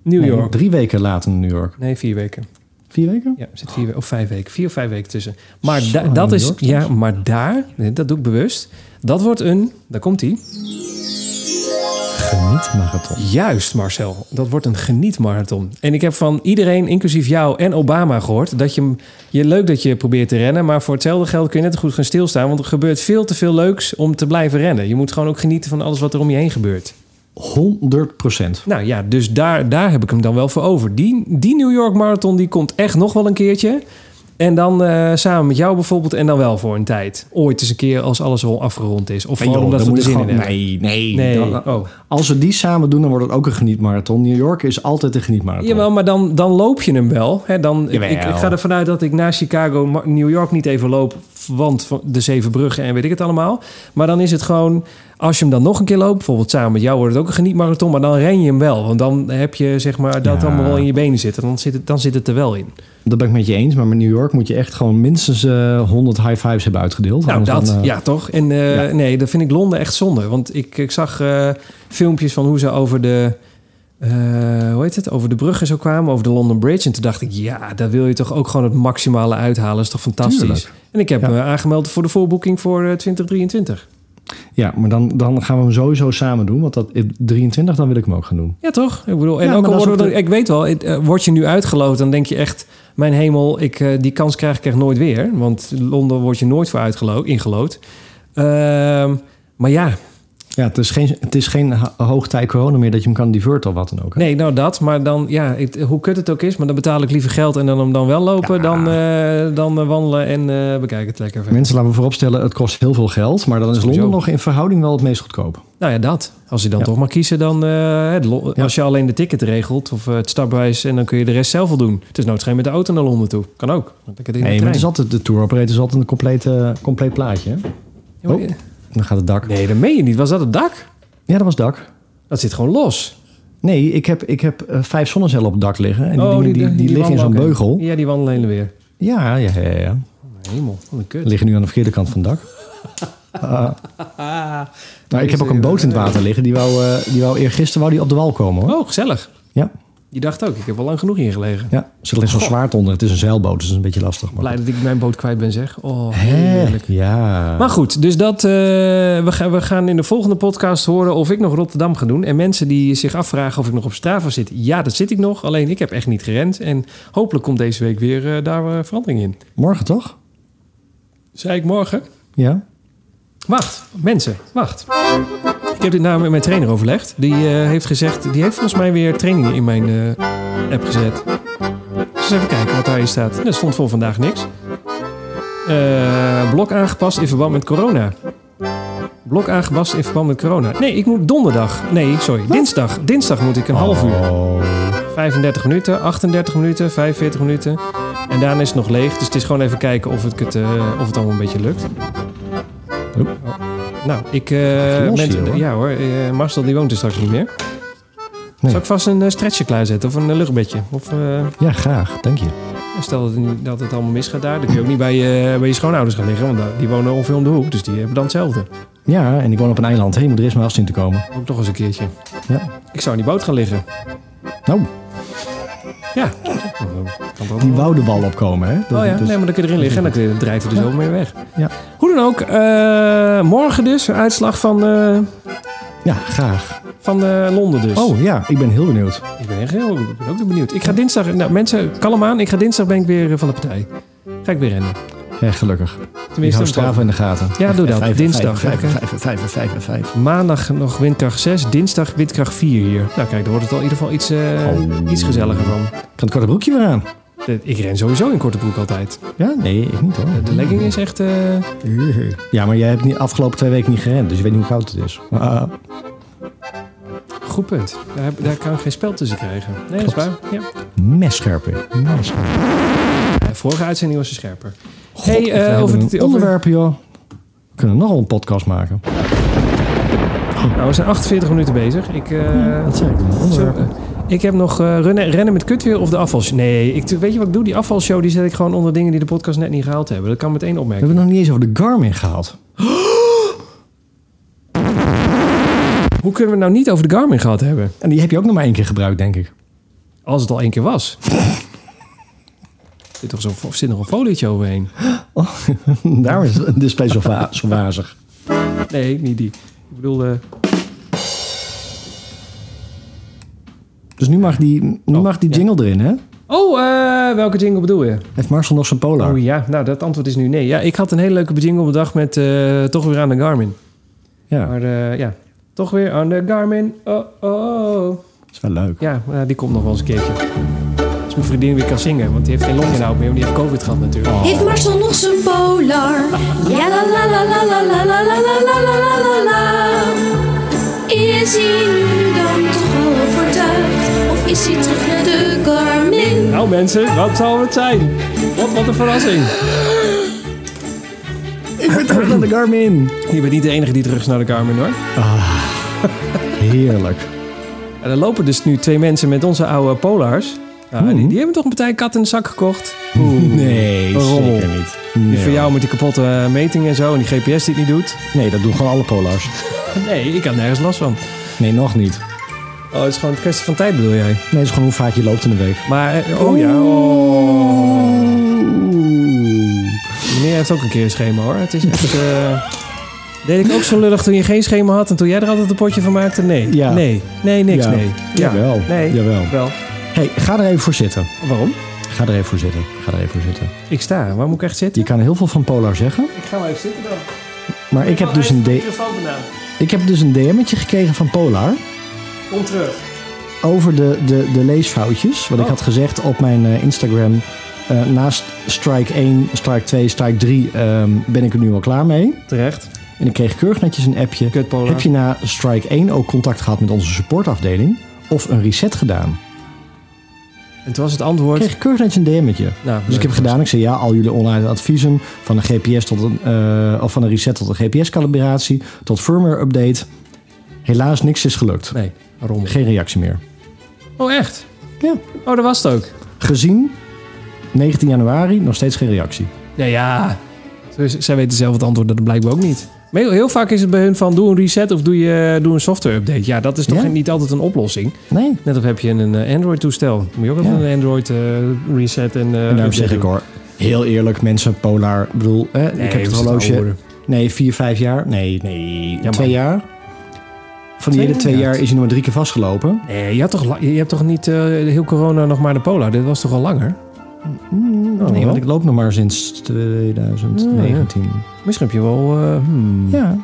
New
nee,
York.
drie weken later naar New York.
Nee, vier weken.
Vier weken?
Ja, er zit vier we- of vijf weken. Vier of vijf weken tussen. Maar da-
Zo,
dat
New
is.
York dan?
Ja, maar daar, nee, dat doe ik bewust. Dat wordt een. Daar komt hij.
Geniet marathon.
Juist, Marcel. Dat wordt een genietmarathon. En ik heb van iedereen, inclusief jou en Obama, gehoord dat je, hem- je leuk dat je probeert te rennen, maar voor hetzelfde geld kun je net zo goed gaan stilstaan, want er gebeurt veel te veel leuks om te blijven rennen. Je moet gewoon ook genieten van alles wat er om je heen gebeurt.
100 procent.
Nou ja, dus daar, daar heb ik hem dan wel voor over. Die, die New York Marathon die komt echt nog wel een keertje. En dan eh, samen met jou bijvoorbeeld en dan wel voor een tijd. Ooit eens een keer als alles al afgerond is. Of
Oh,
gewoon omdat we er zin in hebben.
Nee, nee.
Nee.
Dan-
Oh.
als we die samen doen, dan wordt het ook een genietmarathon. New York is altijd een genietmarathon.
Jawel, maar dan, dan loop je hem wel. Hè, dan, ik,
Jawel.
ik ga ervan uit dat ik na Chicago, Ma- New York niet even loop. Want van de Zeven Bruggen en weet ik het allemaal. Maar dan is het gewoon... Als je hem dan nog een keer loopt, bijvoorbeeld samen met jou wordt het ook een genietmarathon, maar dan ren je hem wel. Want dan heb je zeg maar, dat
Ja.
allemaal wel in je benen zitten. Dan zit, het, dan zit het er wel in.
Dat ben ik met je eens, maar met New York moet je echt gewoon minstens eh 100 high fives hebben uitgedeeld.
Nou,
Anders
dat,
dan, eh,
ja toch? En eh,
ja.
nee, dat vind ik Londen echt zonde. Want ik, ik zag eh, filmpjes van hoe ze over de, eh, hoe heet het? over de bruggen zo kwamen, over de London Bridge. En toen dacht ik, ja, daar wil je toch ook gewoon het maximale uithalen. is toch fantastisch?
Tuurlijk.
En ik heb
Ja.
me aangemeld voor de voorboeking voor eh, 2023.
Ja, maar dan, dan gaan we hem sowieso samen doen, want dat 23, dan wil ik hem ook gaan doen.
Ja, toch? Ik bedoel, en
Ja, maar
ook al
dat is
worden we,
ook
er- ik weet wel, het, eh, word je nu uitgeloot, dan denk je echt, mijn hemel, ik, eh, die kans krijg ik echt nooit weer. Want Londen word je nooit voor uitgeloot, ingeloot. Ehm, maar ja,
Ja, het is geen, het is geen ho- hoogtij corona meer dat je hem kan divert of wat dan ook. hè?
nee, nou dat, maar dan, ja, het- hoe kut het ook is, maar dan betaal ik liever geld en dan hem dan wel lopen,
Ja.
dan, eh, dan eh, wandelen en eh bekijk het lekker verder.
Mensen, laten we vooropstellen, het kost heel veel geld, maar dan is
Sowieso.
Londen nog in verhouding wel het meest goedkoop.
Nou ja, dat. Als je dan
Ja.
toch maar kiezen, dan eh, het lo-
Ja.
als je alleen de ticket regelt of eh, het stapwijs en dan kun je de rest zelf wel doen. Het is noodschijn met de auto naar Londen toe. Kan ook. Dan pak je het in de
Nee, maar
trein.
het is altijd, de tour operator is altijd een compleet, eh, compleet plaatje. Hè?
Ja, maar-
Oh. Dan gaat het dak.
Nee, dat meen je niet. Was dat het dak?
Ja, dat was dak.
Dat zit gewoon los.
Nee, ik heb, ik heb eh, vijf zonnecellen op het dak liggen. En die
Oh,
dingen, die, die, liggen in zo'n
wandelen ook
beugel.
Ja, die wandelen heen en weer.
Ja, ja, ja, ja.
Hemel, wat een
Die
kut.
liggen nu aan de verkeerde kant van het dak. Ah. nou, ik heb ook een boot in het water liggen. Die wou, eh die wou eergisteren wou die op de wal komen hoor.
Oh, gezellig.
Ja,
Je dacht ook, ik heb al lang genoeg hier gelegen.
ja. Er zit alleen zo'n zwaard onder. Het is een zeilboot, dus dat is een beetje lastig. Maar...
Blij dat ik mijn boot kwijt ben, zeg. Oh,
Hè?
heerlijk.
Ja.
Maar goed, dus dat, eh, we, gaan, we gaan in de volgende podcast horen of ik nog Rotterdam ga doen. En mensen die zich afvragen of ik nog op Strava zit. Ja, dat zit ik nog. Alleen ik heb echt niet gerend. En hopelijk komt deze week weer eh, daar eh, verandering in.
Morgen toch?
Zei ik morgen.
Ja.
Wacht, mensen, wacht. Ik heb dit nou met mijn trainer overlegd. Die eh, heeft gezegd, die heeft volgens mij weer trainingen in mijn eh, app gezet. Dus even kijken wat daarin staat. Er stond voor vandaag niks. Eh, blok aangepast in verband met corona. Blok aangepast in verband met corona. Nee, ik moet donderdag. Nee, sorry, dinsdag. Dinsdag moet ik een half uur.
Oh.
35 minuten, 38 minuten, 45 minuten. En daarna is het nog leeg. Dus het is gewoon even kijken of het, het, eh, of het allemaal een beetje lukt.
Oep.
Nou, ik... eh,
Los
ben-
hier, hoor.
ja hoor, eh, Marcel die woont er straks niet meer.
Nee.
Zal ik vast een eh, stretcher klaarzetten of een eh, luchtbedje? Of eh,
Ja, graag. Dank je.
stel dat, het niet- dat het allemaal misgaat daar. Dan kun je ook niet bij, eh, bij je schoonouders gaan liggen. Want daar- die wonen ongeveer om de hoek. Dus die hebben dan hetzelfde.
Ja, en ik woon op een eiland. Hé, je moet er eerst maar af zien te komen.
Ook nog eens een keertje.
Ja.
Ik zou in die boot gaan liggen.
Nou,
Ja. Oh, Kan toch
die wou de wal opkomen, hè? Dat-
Oh ja,
dat is- dus
nee, maar dan kun je erin liggen en dan draait het er zo mee weg.
Ja.
Hoe dan ook, eh, morgen dus, uitslag van, eh,
Ja, graag.
van eh, Londen dus.
Oh ja, ik ben heel benieuwd.
Ik ben, echt heel, ik ben ook weer benieuwd. Ik ga dinsdag, nou mensen, kalm aan. Ik ga dinsdag ben ik weer eh, van de partij. Ga ik weer rennen.
Ja, gelukkig. Ik
Tenminste,
hou Strava in de gaten.
Ja, doe dat.
Vijf en
Dinsdag.
Vijf en vijf en vijf en vijf en vijf.
maandag nog windkracht 6, dinsdag windkracht 4 hier. Nou kijk, dan wordt het al in ieder geval iets, eh,
Oh.
iets gezelliger van.
Ik had het korte broekje weer aan.
De- Ik ren sowieso in korte broek altijd.
Ja? Nee, ik niet hoor.
De legging is echt... eh,
Ja, maar jij hebt de afgelopen twee weken niet gerend, dus je weet niet hoe koud het is. Ah,
goed punt. Daar, heb- daar kan ik geen spel tussen krijgen. Nee, dat is
Klopt.
waar. Ja.
messcherp weer. Messcherp.
Ja, Eh, Vorige uitzending was ze scherper.
God,
Hey, eh,
we hebben
over
een
dit- over-
onderwerp, joh. We kunnen nogal een podcast maken.
Nou, we zijn 48 minuten bezig. Ik, eh,
Dat zei ik, een
zo-
onderwerp.
eh, ik heb nog eh, rennen, rennen met kutweer of de afvalshow. Nee, ik, weet je wat ik doe? Die afvalshow die zet ik gewoon onder dingen die de podcast net niet gehaald hebben. Dat kan meteen
We
opmerken.
hebben het nog niet eens over de Garmin gehaald.
Hoe kunnen we het nou niet over de Garmin gehad hebben?
En die heb je ook nog maar één keer gebruikt, denk ik.
Als het al één keer was. Er zit, toch zo'n, of zit nog een folietje overheen?
Daarom is het display zo, va- zo wazig.
Nee, niet die. Ik bedoel, eh,
Dus nu mag die, nu
Oh,
mag die
ja.
jingle erin, hè?
Oh, eh, welke jingle bedoel je?
Heeft Marcel nog zijn polar?
Oh ja, nou dat antwoord is nu nee. Ja, ik had een hele leuke jingle bedacht met eh, toch weer aan de Garmin.
ja.
Maar eh, ja, toch weer aan de Garmin. Oh, oh, oh.
is wel leuk.
Ja, nou, die komt nog wel eens een keertje. Als mijn vriendin weer kan zingen, want die heeft geen longinhoud meer, want die heeft COVID gehad natuurlijk.
Heeft Marcel nog zijn polar? Ja la la la la la la la la la la la la la la. Is hij nu dan toch al overtuigd? Of is hij terug naar de Garmin?
Nou mensen, wat zal het zijn? Wat, wat een verrassing.
U
weer terug naar de Garmin.
Je bent niet de enige die terug is naar de Garmin hoor.
Heerlijk.
En er lopen dus nu twee mensen met onze oude Polars. Ah, die, die hebben toch een partij kat in de zak gekocht.
Nee,
rommel.
zeker niet.
Die
Nee,
voor jou met die kapotte eh, metingen en zo. En die GPS die het niet doet.
hoor. nee, dat doen gewoon alle Polars.
Nee, ik had nergens last van.
Nee, nog niet.
Oh, het is gewoon een kwestie van tijd bedoel jij.
Nee, het is gewoon hoe vaak je loopt in de week.
Maar, eh, oh ja, oh. Meneer heeft ook een keer een schema hoor. Het is echt... eh, Deed ik ook zo lullig toen je geen schema had en toen jij er altijd een potje van maakte? Nee.
Ja.
Nee. Nee, niks,
Ja.
nee.
Jawel.
Nee.
Jawel.
Wel.
hey, ga er even voor zitten.
Waarom?
Ga er even voor zitten. Ga er even voor zitten.
Ik sta. Waar moet ik echt zitten?
Je kan heel veel van Polar zeggen.
Ik ga maar even zitten dan.
Maar ik heb dus een, D-
microfoon vandaan.
ik heb dus een DM'tje gekregen van Polar.
Kom terug.
Over de, de, de leesfoutjes. Wat ik
Oh.
had gezegd op mijn eh, Instagram. Eh, naast strike 1, strike 2, strike 3 ehm, ben ik er nu al klaar mee.
Terecht.
En ik kreeg keurig netjes een appje.
Kut, Polar.
Heb je na strike 1 ook contact gehad met onze supportafdeling? Of een reset gedaan?
En toen was het
Ik
antwoord...
kreeg keurig netjes een DM'tje.
Nou,
Dus ik heb gedaan, ik zei ja, al jullie online adviezen, van een GPS tot een, eh, of van een reset tot een GPS-calibratie, tot firmware update. Helaas niks is gelukt.
Nee, rommel.
Geen reactie meer.
Oh, echt?
Ja.
Oh, dat was het ook.
Gezien 19 januari, nog steeds geen reactie.
Ja, ja. Zo is- Zij weten zelf het antwoord, dat blijkbaar ook niet. Maar heel, heel vaak is het bij hun van doe een reset of doe, je, doe een software update. Ja, dat is toch
Ja.
niet altijd een oplossing.
Nee.
Net of heb je een eh, Android toestel. Dan Moet je ook
Ja.
altijd een Android eh, reset en... eh,
En daarom
update
zeg ik
doen.
hoor, heel eerlijk mensen, Polar, ik bedoel, eh,
Nee,
ik heb het
we zitten oude
horloge,
woorden.
nee, 4, 5 jaar, nee, nee,
maar-
twee jaar. Van die
Twee
hele twee
jaar.
jaar is hij nog maar drie keer vastgelopen.
Nee, je, had toch, la- je hebt toch niet eh, de heel corona nog maar de Polar? Dit was toch al langer?
nee,
wel.
want ik loop nog maar sinds 2019.
Misschien heb je wel... eh, hmm.
Ja.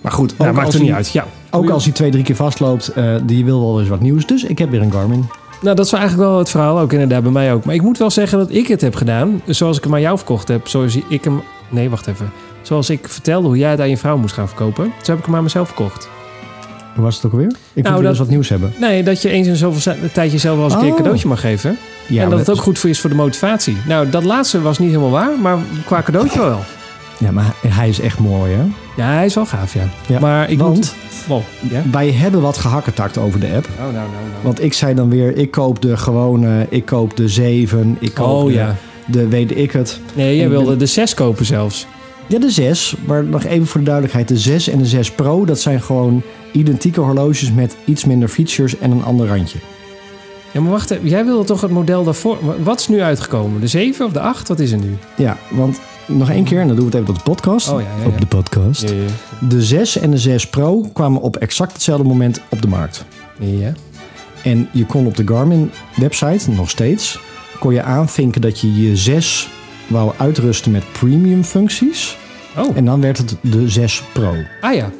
Maar goed,
Nou, maakt
als
er niet
hij-
uit. Ja.
Ook als hij twee, drie keer vastloopt, eh, die wil wel eens wat nieuws. Dus ik heb weer een Garmin.
Nou, dat is eigenlijk wel het verhaal ook inderdaad bij mij ook. Maar ik moet wel zeggen dat ik het heb gedaan. Zoals ik hem aan jou verkocht heb. Zoals ik hem... Nee, wacht even. Zoals ik vertelde hoe jij het aan je vrouw moest gaan verkopen. Zo heb ik hem aan mezelf verkocht.
Hoe was het ook alweer? Ik moet
Nou, dat-
weer eens wat nieuws hebben.
Nee, dat je eens in zoveel za- tijd jezelf wel eens een keer een
Oh.
cadeautje mag geven.
Ja,
en
maar
dat het ook goed voor je is voor de motivatie. Nou, dat laatste was niet helemaal waar. Maar qua cadeautje wel.
Ja, maar hij- hij is echt mooi, hè?
Ja, hij is wel gaaf, ja.
Ja,
maar ik
want-
moet... Wow, ja?
Wij hebben wat gehakketakt over de app.
Oh, nou, nou, nou.
Want ik zei dan weer, ik koop de gewone, ik koop de 7, ik koop
Oh
de,
ja.
de weet ik het.
Nee,
Ik
jij
ben-
wilde de 6 kopen zelfs.
Ja, de 6. Maar nog even voor de duidelijkheid, de 6 en de 6 Pro, dat zijn gewoon identieke horloges met iets minder features en een ander randje.
Ja, maar wacht even. Jij wilde toch het model daarvoor... Wat is nu uitgekomen? De 7 of de 8? Wat is er nu?
Ja, want nog één keer, en dan doen we het even op de podcast.
Oh, ja, ja, ja.
Op de podcast. De 6 en de 6 Pro kwamen op exact hetzelfde moment op de markt.
Ja.
En je kon op de Garmin website, nog steeds, kon je aanvinken dat je je 6 wou uitrusten met premium functies.
Oh,
En dan werd het de 6 Pro.
ah ja.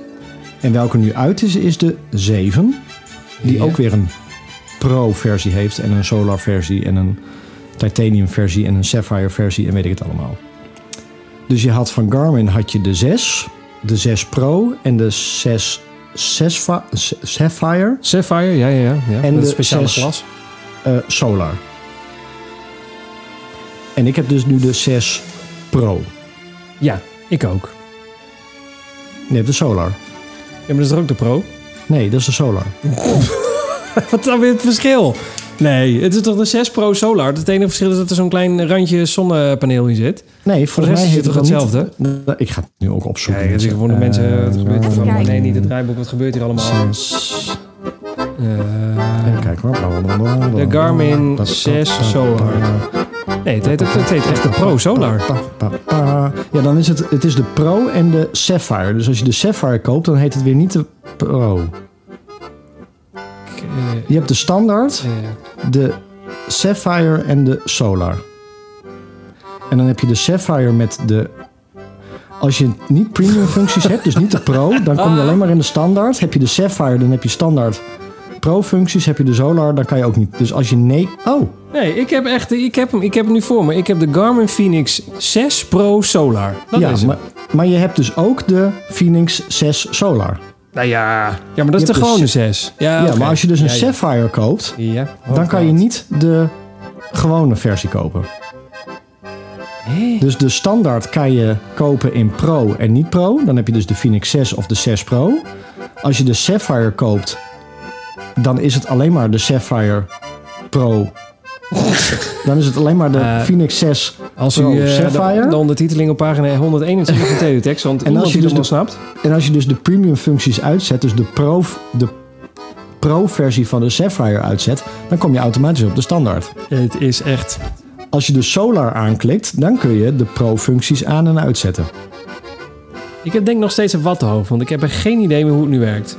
En welke nu uit is, is de 7. Die
Ja.
ook weer een Pro versie heeft en een Solar versie en een Titanium versie en een Sapphire versie en weet ik het allemaal. Dus je had van Garmin had je de 6, de 6 Pro en de 6, 6 Sapphire
Sapphire, ja, ja, ja. ja.
En
dat
de
speciale
zes.
glas.
eh, Solar. En ik heb dus nu de 6 Pro.
Ja, ik ook.
Je hebt de Solar.
Ja, maar dat is toch ook de pro?
Nee, dat is de Solar.
Wat is dan weer het verschil? Nee, het is toch de 6 Pro Solar? Het enige verschil is dat er zo'n klein randje zonnepaneel in zit.
Nee,
Voor de rest
volgens mij
is
heet
het toch
het dan niet-
hetzelfde?
Ik ga het nu ook opzoeken. Eh,
Kijk, dat is gewoon de mensen... eh, Wat gebeurt hier
Even
allemaal?
kijken.
Nee, niet het draaiboek. Wat gebeurt hier allemaal?
Zes.
Eh,
Even kijken hoor. Blablabla.
De Garmin 6 Solar. nee, het heet, ook- het heet echt de Pro Solar.
Pa, pa, pa. Ja, dan is het, het is de Pro en de Sapphire. Dus als je de Sapphire koopt, dan heet het weer niet de Pro.
Eh,
Je hebt de standaard,
eh,
de Sapphire en de Solar. En dan heb je de Sapphire met de... Als je niet premium functies hebt, dus niet de Pro, dan kom je alleen maar in de standaard. Heb je de Sapphire, dan heb je standaard Pro functies. Heb je de Solar, dan kan je ook niet. Dus als je nee... Oh,
Nee, ik heb echt, ik heb hem, ik heb hem nu voor me. Ik heb de Garmin Phoenix 6 Pro Solar. Dat
ja,
is hem.
maar, maar je hebt dus ook de Phoenix 6 Solar.
Nou ja. Ja, maar dat is
Je
de
hebt
gewone
dus-
6. Ja,
ja,
Ah, oké.
maar als je dus een
Ja, ja.
Sapphire koopt,
Ja,
dan kan je niet de gewone versie kopen. Dus de standaard kan je kopen in Pro en niet Pro. Dan heb je dus de Phoenix 6 of de 6 Pro. Als je de Sapphire koopt, dan is het alleen maar de Sapphire Pro. dan is het alleen maar de
Eh,
Phoenix 6
Als u
Pro
eh,
Sapphire.
de, de ondertiteling op pagina 171 van teletext, want en als je dus
de-
nog snapt.
En als je dus de premium functies uitzet, dus de pro, de pro versie van de Sapphire uitzet, dan kom je automatisch op de standaard.
Het is echt...
Als je de Solar aanklikt, dan kun je de pro functies aan en uitzetten.
Ik heb denk ik nog steeds een wattenhoofd, want ik heb er geen idee meer hoe het nu werkt.
En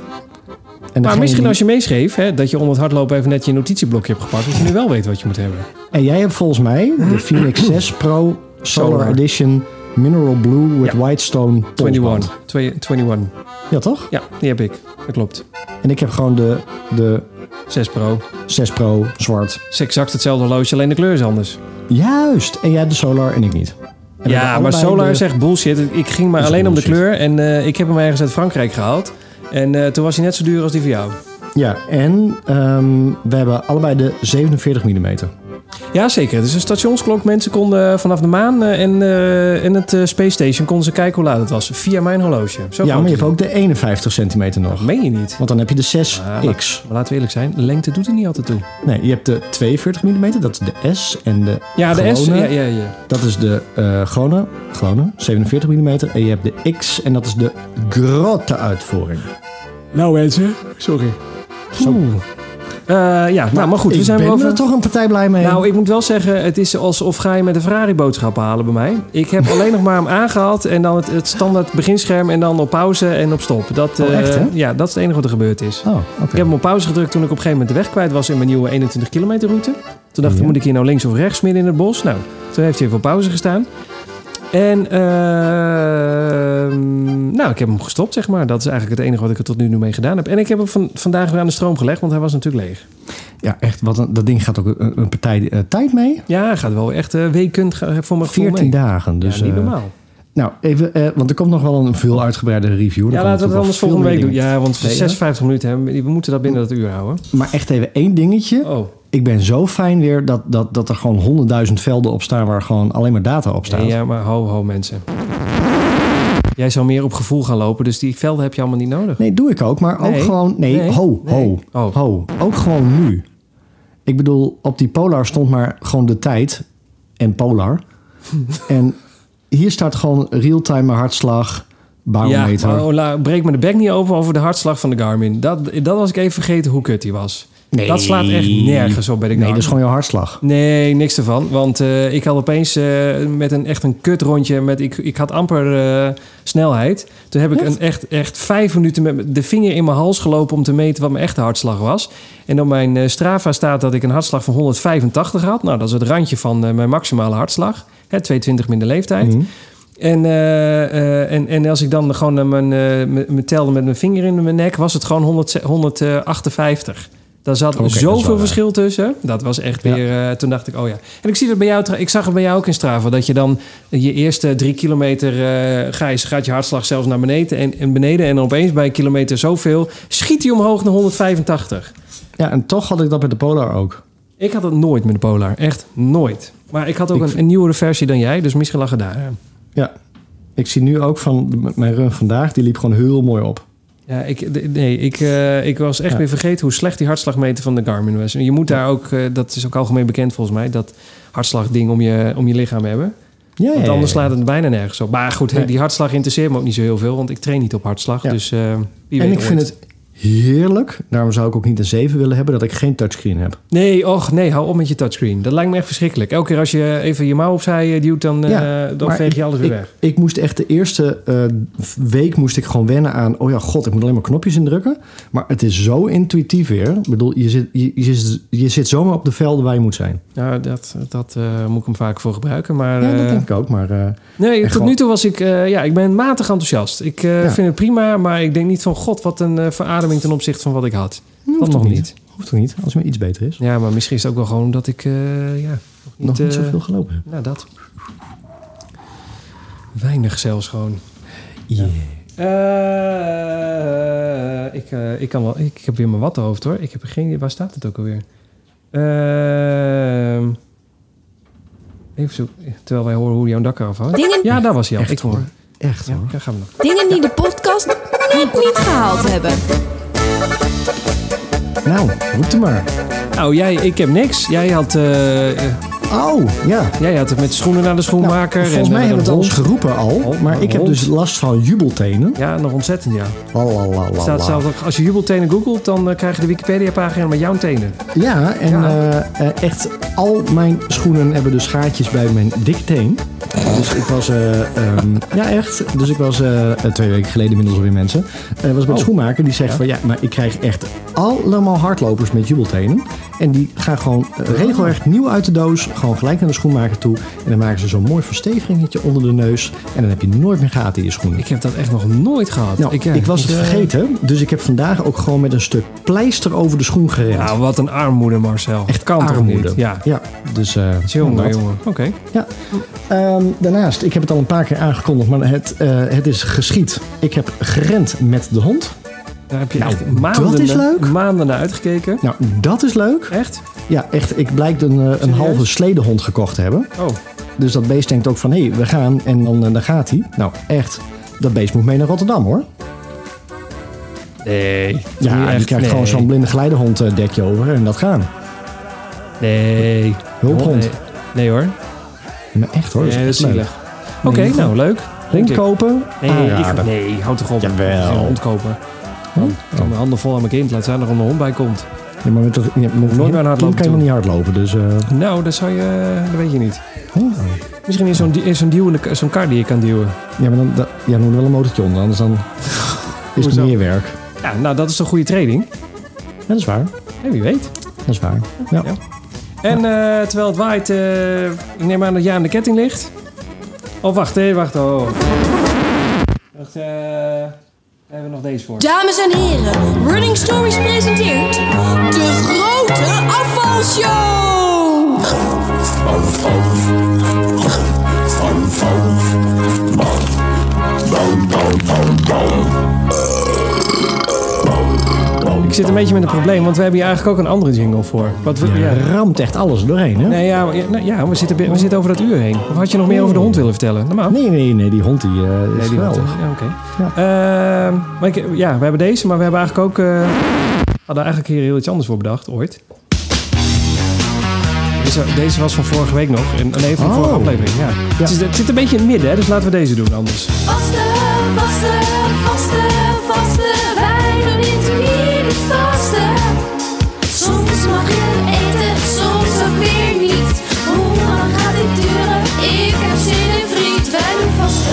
Maar
degene
misschien
die-
als je meeschreef, hè, dat je onder het hardlopen even net je notitieblokje hebt gepakt, dat je nu wel weet wat je moet hebben.
En jij hebt volgens mij de Phoenix 6 Pro Solar,
Solar.
Edition Mineral Blue with
Ja.
Whitestone
21.
21.
Twee- 21.
Ja, toch?
Ja, die heb ik. Dat klopt.
En ik heb gewoon de, de
6 Pro.
6 Pro zwart.
Het is exact hetzelfde horloge, alleen de kleur is anders.
Juist! En jij hebt de Solar en ik niet. En we hebben
ja, maar
allebei
Solar
de-
zegt bullshit. Ik ging maar
Is
alleen om de
bullshit.
kleur en eh, ik heb hem ergens uit Frankrijk gehaald. En eh, toen was hij net zo duur als die van jou.
Ja, en ehm, we hebben allebei de 47 mm.
Ja, zeker. Dus een stationsklok. Mensen konden vanaf de maan eh, en, eh, en het eh, Space Station konden ze kijken hoe laat het was. Via mijn horloge. Zo
Ja,
groot
maar je
is
hebt ook de 51 centimeter nog.
het. Meen je niet?
Want dan heb je de
Ah,
6X.
Maar laten we eerlijk zijn, lengte doet er niet altijd toe.
Nee, je hebt de 42 mm, dat is de S. En de,
Ja, de S. Ja,
gewone,
ja, ja.
dat is de eh gewone, gewone, 47 mm. En je hebt de X en dat is de grote uitvoering.
Nou mensen, sorry.
Zo.
ja, nou, maar goed, we
ik
zijn
ben
over...
er toch een partij blij mee.
Nou, ik moet wel zeggen, het is alsof ga je met een Ferrari boodschappen halen bij mij. Ik heb alleen nog maar hem aangehaald en dan het, het standaard beginscherm en dan op pauze en op stop. Dat,
Oh,
eh,
echt, hè?
Ja, dat is het enige wat er gebeurd is.
oh, oké.
Ik heb hem op pauze gedrukt toen ik op een gegeven moment de weg kwijt was in mijn nieuwe 21 kilometer route. Toen dacht ik,
Ja.
moet ik hier nou links of rechts midden in het bos? Nou, toen heeft hij even op pauze gestaan. En ehm, nou, ik heb hem gestopt, zeg maar. Dat is eigenlijk het enige wat ik er tot nu toe mee gedaan heb. En ik heb hem van, vandaag weer aan de stroom gelegd, want hij was natuurlijk leeg.
Ja, echt, wat een, dat ding gaat ook een, een partij eh, tijd mee.
Ja, hij gaat wel echt eh weekend ga- voor mijn gevoel
14
mee.
dagen. Dus,
ja, niet
eh,
normaal.
nou, even, eh, want er komt nog wel een veel uitgebreidere review. Dan
Ja,
komen
laten we het anders
natuurlijk nog
volgende
veel
week doen.
meer
Ja, want we
Nee, hè?
56 minuten hebben, we moeten dat binnen dat uur houden.
dingen. Maar echt even één dingetje.
Oh,
Ik ben zo fijn weer dat, dat, dat er gewoon honderdduizend velden op staan waar gewoon alleen maar data op staat.
nee, ja, maar ho, ho mensen. Jij zou meer op gevoel gaan lopen, dus die velden heb je allemaal niet nodig.
Nee, doe ik ook, maar ook
Nee,
gewoon. Nee,
nee,
ho,
nee.
ho,
Oh.
ho. Ook gewoon nu. Ik bedoel, op die Polar stond maar gewoon de tijd en Polar. en hier staat gewoon real-time hartslag, barometer.
Ja, oh, la- breek me de bek niet over over de hartslag van de Garmin. Dat, dat was ik even vergeten hoe kut die was.
Nee.
Dat slaat echt nergens op nou bij de
nee,
Garmin.
dat is gewoon jouw hartslag.
Nee, niks ervan. Want eh, ik had opeens eh, met een echt een kut rondje. Met, ik, ik had amper eh, snelheid. Toen heb ik een echt, echt vijf minuten met de vinger in mijn hals gelopen om te meten wat mijn echte hartslag was. En op mijn eh, Strava staat dat ik een hartslag van 185 had. Nou, dat is het randje van eh, mijn maximale hartslag. Hè, 220 minder leeftijd. En, eh, eh, en, en als ik dan gewoon eh, mijn, eh, me- me telde met mijn vinger in mijn nek, was het gewoon 100, 158. Daar zat
Oké, dat is wel
zoveel
waar.
verschil tussen. Dat was echt
Ja.
weer. eh, toen dacht ik, oh ja. En ik zie dat bij jou. tra- Ik zag het bij jou ook in Strava. Dat je dan je eerste drie kilometer eh, ga je, gaat je hartslag zelfs naar beneden en, en beneden. En opeens bij een kilometer zoveel schiet hij omhoog naar 185.
Ja, en toch had ik dat met de Polar ook.
Ik had dat nooit met de Polar. Echt nooit. Maar ik had ook
Ik-
een, een nieuwere versie dan jij. Dus misschien lag het daar. aan.
Ja. Ik zie nu ook van m- mijn run vandaag, die liep gewoon heel mooi op.
Ja, ik, d- nee, ik, eh, ik was echt
Ja.
weer vergeten hoe slecht die hartslagmeter van de Garmin was. En Je moet daar ook, eh, dat is ook algemeen bekend volgens mij, dat hartslagding om je, om je lichaam hebben.
Ja, ja,
Want
ja,
anders
ja.
slaat het bijna nergens op. Maar goed,
Nee.
die hartslag interesseert me ook niet zo heel veel, want ik train niet op hartslag.
Ja.
Dus eh, wie
En
weet
ik vind
ooit.
het heerlijk. Daarom zou ik ook niet een 7 willen hebben dat ik geen touchscreen heb.
Nee, och, nee, hou op met je touchscreen. Dat lijkt me echt verschrikkelijk. Elke keer als je even je mouw opzij eh, duwt, dan, eh,
Ja,
dan
maar
veeg je alles weer
Ik,
weg.
ik moest echt de eerste eh, week moest ik gewoon wennen aan... oh ja, god, ik moet alleen maar knopjes indrukken. Maar het is zo intuïtief weer. Ik bedoel, je zit, je, je zit, je zit zomaar op de velden waar je moet zijn.
Nou, dat, dat eh, moet ik hem vaak voor gebruiken. Maar,
Ja,
eh,
dat denk ik ook, maar... eh,
Nee, tot
gewoon-
nu toe was ik, eh, ja, ik ben matig enthousiast. Ik eh,
Ja.
vind het prima, maar ik denk niet van god, wat een eh, verademing ten opzichte van wat ik had.
hoeft
dat nog
ook
niet.
Hoeft toch niet, als het maar iets beter is.
Ja, maar misschien is het ook wel gewoon dat ik, eh, ja, nog niet,
Nog niet
eh,
zoveel gelopen heb.
Nou, dat. Weinig zelfs gewoon. Eh, ik, eh, ik, kan wel, ik heb weer mijn wattenhoofd hoor. Ik heb er geen idee. Waar staat het ook alweer? Ehm, Even zo, terwijl wij horen hoe jouw dak eraf hangt.
Dingen,
Ja, dat was jou. Ik hoor.
Echt
Ja,
hoor.
daar gaan we nog.
dingen die de podcast net niet gehaald hebben.
Nou, roep er maar.
Oh, jij, ik heb niks. Jij had, eh, eh,
Oh, ja.
jij had het met schoenen naar de schoenmaker.
Nou,
en,
volgens
eh,
mij
met
hebben we
een
het ons
hond.
geroepen al.
Hond,
Maar ik heb
hond.
dus last van jubeltenen.
Ja, nog ontzettend, ja. Het
Lalalala.
Staat zelfs, ook- als je jubeltenen googelt, dan eh, krijg je de Wikipedia-pagina met jouw tenen.
Ja, en
Ja.
eh, eh, echt al mijn schoenen hebben dus gaatjes bij mijn dikteen. Dus ik was, eh, ehm, ja echt, dus ik was eh, eh, twee weken geleden inmiddels alweer mensen. eh, was bij een
Oh.
schoenmaker die zegt van ja, maar ik krijg echt allemaal hardlopers met jubeltenen. En die gaan gewoon eh, regelrecht nieuw uit de doos, gewoon gelijk naar de schoenmaker toe. En dan maken ze zo'n mooi versteveringetje onder de neus. En dan heb je nooit meer gaten in je schoenen.
Ik heb dat echt nog nooit gehad.
nou, ik,
eh,
was het
eh,
vergeten, dus ik heb vandaag ook gewoon met een stuk pleister over de schoen gerend.
Ja, wat een armoede, Marcel.
Echt
kan
armoede.
toch niet? Ja.
Ja, dus... eh,
Jongen,
dat.
jongen. Oké.
Ja. Ehm, daarnaast, ik heb het al een paar keer aangekondigd, maar het, eh, het is geschied. Ik heb gerend met de hond.
Daar heb je
Nou,
echt maanden,
dat is
na-
leuk.
maanden naar uitgekeken.
Nou, dat is leuk.
Echt?
Ja, echt, ik blijkt een, eh, een
Serieus?
halve sledehond gekocht te hebben.
Oh,
Dus dat beest denkt ook van, hé, we gaan en dan, eh, dan gaat hij. Nou, echt, dat beest moet mee naar Rotterdam, hoor.
nee.
Ja,
Niet
je
echt,
krijgt gewoon zo'n blinde geleidehond eh, dekje over en dat gaan.
Nee.
Hulphond.
Nee. Nee hoor.
Maar echt, hoor, dat is
Nee, dat is
echt leuk.
zielig. Oké,
Nee,
nou leuk. Denk
Hond
ik.
kopen,
Nee, ik,
aanraden.
nee, houd toch op.
Jawel.
Ik ga geen hond kopen. Ik heb mijn handen vol aan mijn kind. Laat zijn er een hond bij komt.
Ja, maar met, dat- ja, met,
meer naar het lopen
kind kan je
toe.
nog niet hardlopen, dus... eh,
Nou, dat zou je... Dat weet je niet.
ja.
Misschien in zo'n di- in zo'n duwende- zo'n kar die je kan duwen.
Ja, maar dan, dat, ja, dan moet er wel een motortje onder, anders dan is het
Hoezo?
meer werk.
Ja, nou, dat is een goede training.
Ja, dat is waar.
Ja, wie weet.
Dat is waar. Ja.
Ja. En eh, terwijl het waait, eh, ik neem aan dat jij aan de ketting ligt. Oh, wacht, hé, wacht. Oh. Wacht, eh, daar hebben we nog deze voor.
Dames en heren, Running Stories presenteert de grote afvalshow.
Ik zit een beetje met een probleem, want we hebben hier eigenlijk ook een andere jingle voor. Wat we, ja.
Ramt echt alles er doorheen, hè?
Nee, ja, ja, nou, ja we, zitten, bi- we zitten over dat uur heen. Of had je nog meer over de hond willen vertellen? Normaal.
Nee, nee, nee, die hond die, eh, is
Nee, die had
geweldig.
het. Ja, oké. Ehm, maar ik, ja, we hebben deze, maar we hebben eigenlijk ook... eh, hadden eigenlijk hier heel iets anders voor bedacht, ooit. Deze, deze was van vorige week nog. En, nee, van de
Oh.
vorige aflevering, ja. Het, is, het zit een beetje in het midden, hè, dus laten we deze doen anders.
Vaste, vaste, vaste, vaste, wij doen dit niet het vaste. Soms mag je eten, soms ook weer niet. Hoe lang gaat dit duren? Ik heb zin in friet. Wij doen vaste,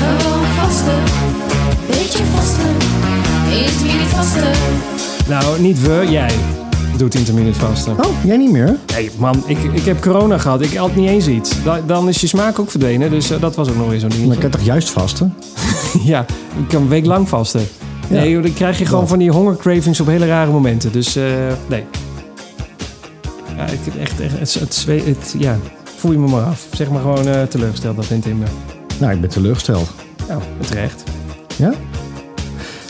gewoon vaste, beetje vaste. Is weer niet vaste.
Nou, niet we, jij doet intermittent vasten.
Oh, jij niet meer?
Nee, man, ik, ik heb corona gehad. Ik had niet eens iets. Da- dan is je smaak ook verdwenen, dus eh, dat was ook nog weer zo'n
Maar
ding.
ik kan toch juist vasten?
Ja, ik kan een week lang vasten. Nee, joh, dan krijg je gewoon
Ja.
van die hongercravings op hele rare momenten. Dus eh, nee. Ja, ik heb echt, echt het, het, zwee- het- ja, voel je me maar af. Zeg maar gewoon eh, teleurgesteld, dat vindt Tim.
Nou, ik ben teleurgesteld.
Nou, terecht.
Ja?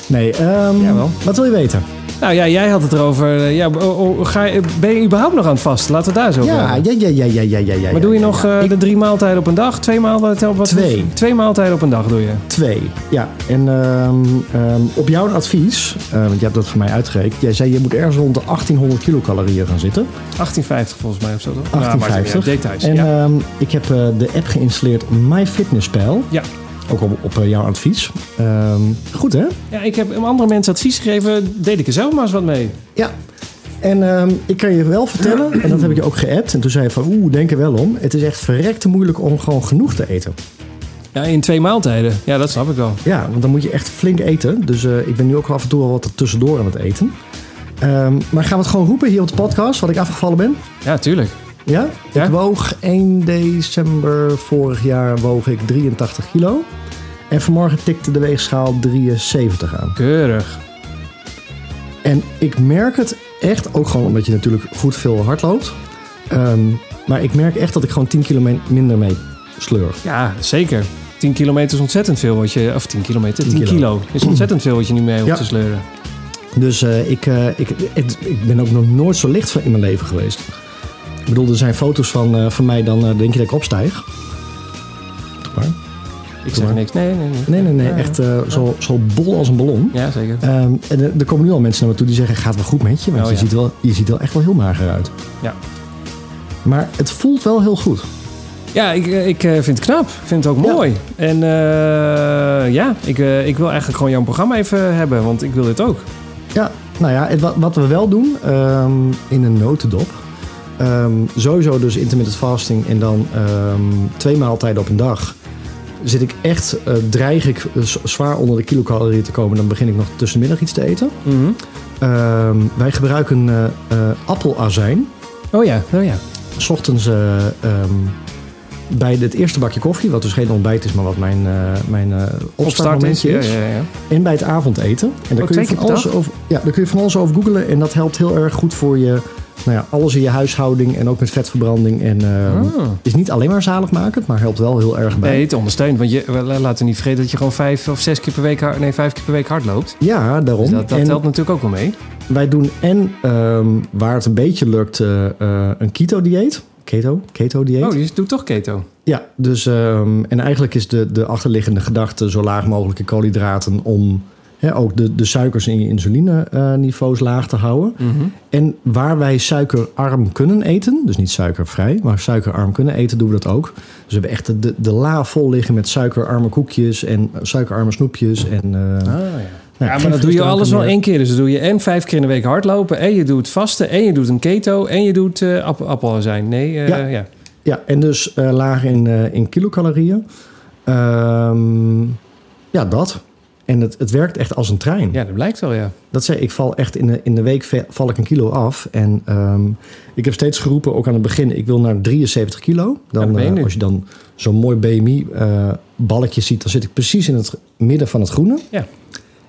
Nee, ehm
Jawel.
wat wil je weten?
Nou ja, jij had het erover. eh, ja, oh, oh, ga je, ben je überhaupt nog aan het vasten? Laten we het daar zo over
Ja,
hebben.
ja, ja, ja, ja, ja, ja, ja.
Maar doe je
ja,
nog
ja.
eh, de drie maaltijden op een dag? Twee maaltijden op wat?
Twee.
Twee maaltijden op een dag doe je.
Twee, ja. En ehm, ehm, op jouw advies, eh, want je hebt dat voor mij uitgerekend. Jij zei je moet ergens rond de 1800 kilocalorieën gaan zitten.
1850 volgens mij of zo, toch? Ja, maar het is
1850.
niet uit. details.
En
ja.
ehm, ik heb eh, de app geïnstalleerd MyFitnessPal.
Ja.
Ook op, op eh, jouw advies. Ehm, goed hè?
ja, ik heb eh, andere mensen advies gegeven. Deed ik er zelf maar eens wat mee.
Ja. En ehm, ik kan je wel vertellen, en dat heb ik je ook geappt. En toen zei je van, oeh, denk er wel om. Het is echt verrekte moeilijk om gewoon genoeg te eten.
Ja, in twee maaltijden. Ja, dat snap ik wel.
Ja, want dan moet je echt flink eten. Dus eh, ik ben nu ook af en toe al wat tussendoor aan het eten. Ehm, maar gaan we het gewoon roepen hier op de podcast, wat ik afgevallen ben?
Ja, tuurlijk.
Ja?
Ja.
Ik woog 1 december vorig jaar woog ik 83 kilo. En vanmorgen tikte de weegschaal 73 aan.
Keurig.
En ik merk het echt, ook gewoon omdat je natuurlijk goed veel hard loopt. Ehm, maar ik merk echt dat ik gewoon 10 kilo men- minder mee sleur.
Ja, zeker. 10 kilometer is ontzettend veel wat je... Of 10 kilometer, 10,
10
kilo. is ontzettend veel wat je niet mee hoeft
Ja.
te sleuren.
Dus eh, ik, eh, ik, het- ik ben ook nog nooit zo licht van in mijn leven geweest. Ik bedoel, er zijn foto's van, eh, van mij, dan eh, denk je dat ik opstijg. Doe maar.
Ik zeg niks. Nee, nee, nee.
Nee, nee, nee.
Ja, ja.
Echt eh, zo, zo bol als een ballon.
Ja, zeker.
Ehm, en er- er komen nu al mensen naar me toe die zeggen, gaat wel goed met je. Want
Oh,
je,
ja.
ziet wel, je ziet er echt wel heel mager uit.
Ja.
Maar het voelt wel heel goed.
Ja, ik, ik eh, vind het knap. Ik vind het ook
Ja.
mooi. En eh, ja, ik, eh, ik wil eigenlijk gewoon jouw programma even hebben, want ik wil dit ook.
Ja, nou ja, het, wat, wat we wel doen ehm, in een notendop. ehm, sowieso dus intermittent fasting en dan ehm, twee maaltijden op een dag. Zit ik echt, eh, dreig ik eh, z- zwaar onder de kilocalorieën te komen, dan begin ik nog tussen de middag iets te eten. Ehm, wij gebruiken eh, eh, appelazijn.
Oh ja, oh ja.
's ochtends eh, ehm, bij het eerste bakje koffie, wat dus geen ontbijt is, maar wat mijn, eh mijn eh, opstartmomentje
Ja,
is.
ja, ja.
En bij het avondeten. En daar,
Oh,
kun
twee
je van
keer per
alles
dag?
over, ja, daar kun je van alles over googlen. En dat helpt heel erg goed voor je, nou ja, alles in je huishouding. En ook met vetverbranding. En ehm,
Ah.
is niet alleen maar zaligmakend, maar helpt wel heel erg bij.
Nee, het ondersteunt. Want je, we- laten we niet vergeten dat je gewoon vijf of zes keer per week, hard- nee, vijf keer per week hard loopt.
Ja, daarom.
Dus dat dat
en
telt natuurlijk ook wel mee.
wij doen en ehm, waar het een beetje lukt, eh, eh, een keto-dieet. Keto? Keto-dieet.
Oh, dus doe toch keto.
Ja, dus ehm, en eigenlijk is de, de achterliggende gedachte zo laag mogelijke koolhydraten om hè, ook de, de suikers in je insulineniveaus laag te houden.
Mhm.
En waar wij suikerarm kunnen eten, dus niet suikervrij, maar suikerarm kunnen eten, doen we dat ook. Dus we hebben echt de, de, de la vol liggen met suikerarme koekjes en suikerarme snoepjes. En, eh, nou,
Ah, ja.
geen
maar dat doe je
frisdranken
alles wel
meer.
één keer. Dus dan doe je en vijf keer in de week hardlopen. En je doet vasten. En je doet een keto. En je doet eh app appelazijn. Nee, eh,
Ja.
ja.
Ja, en dus eh, laag in, eh, in kilocalorieën. Ehm, ja, dat. En het, het werkt echt als een trein.
Ja, dat blijkt wel, ja.
Dat zei ik, val echt in de, in de week ve- val ik een kilo af. En ehm, ik heb steeds geroepen, ook aan het begin, ik wil naar 73 kilo. Dan,
dat ben je
eh,
nu.
als je dan zo'n mooi BMI-balkje eh, ziet, dan zit ik precies in het midden van het groene.
Ja.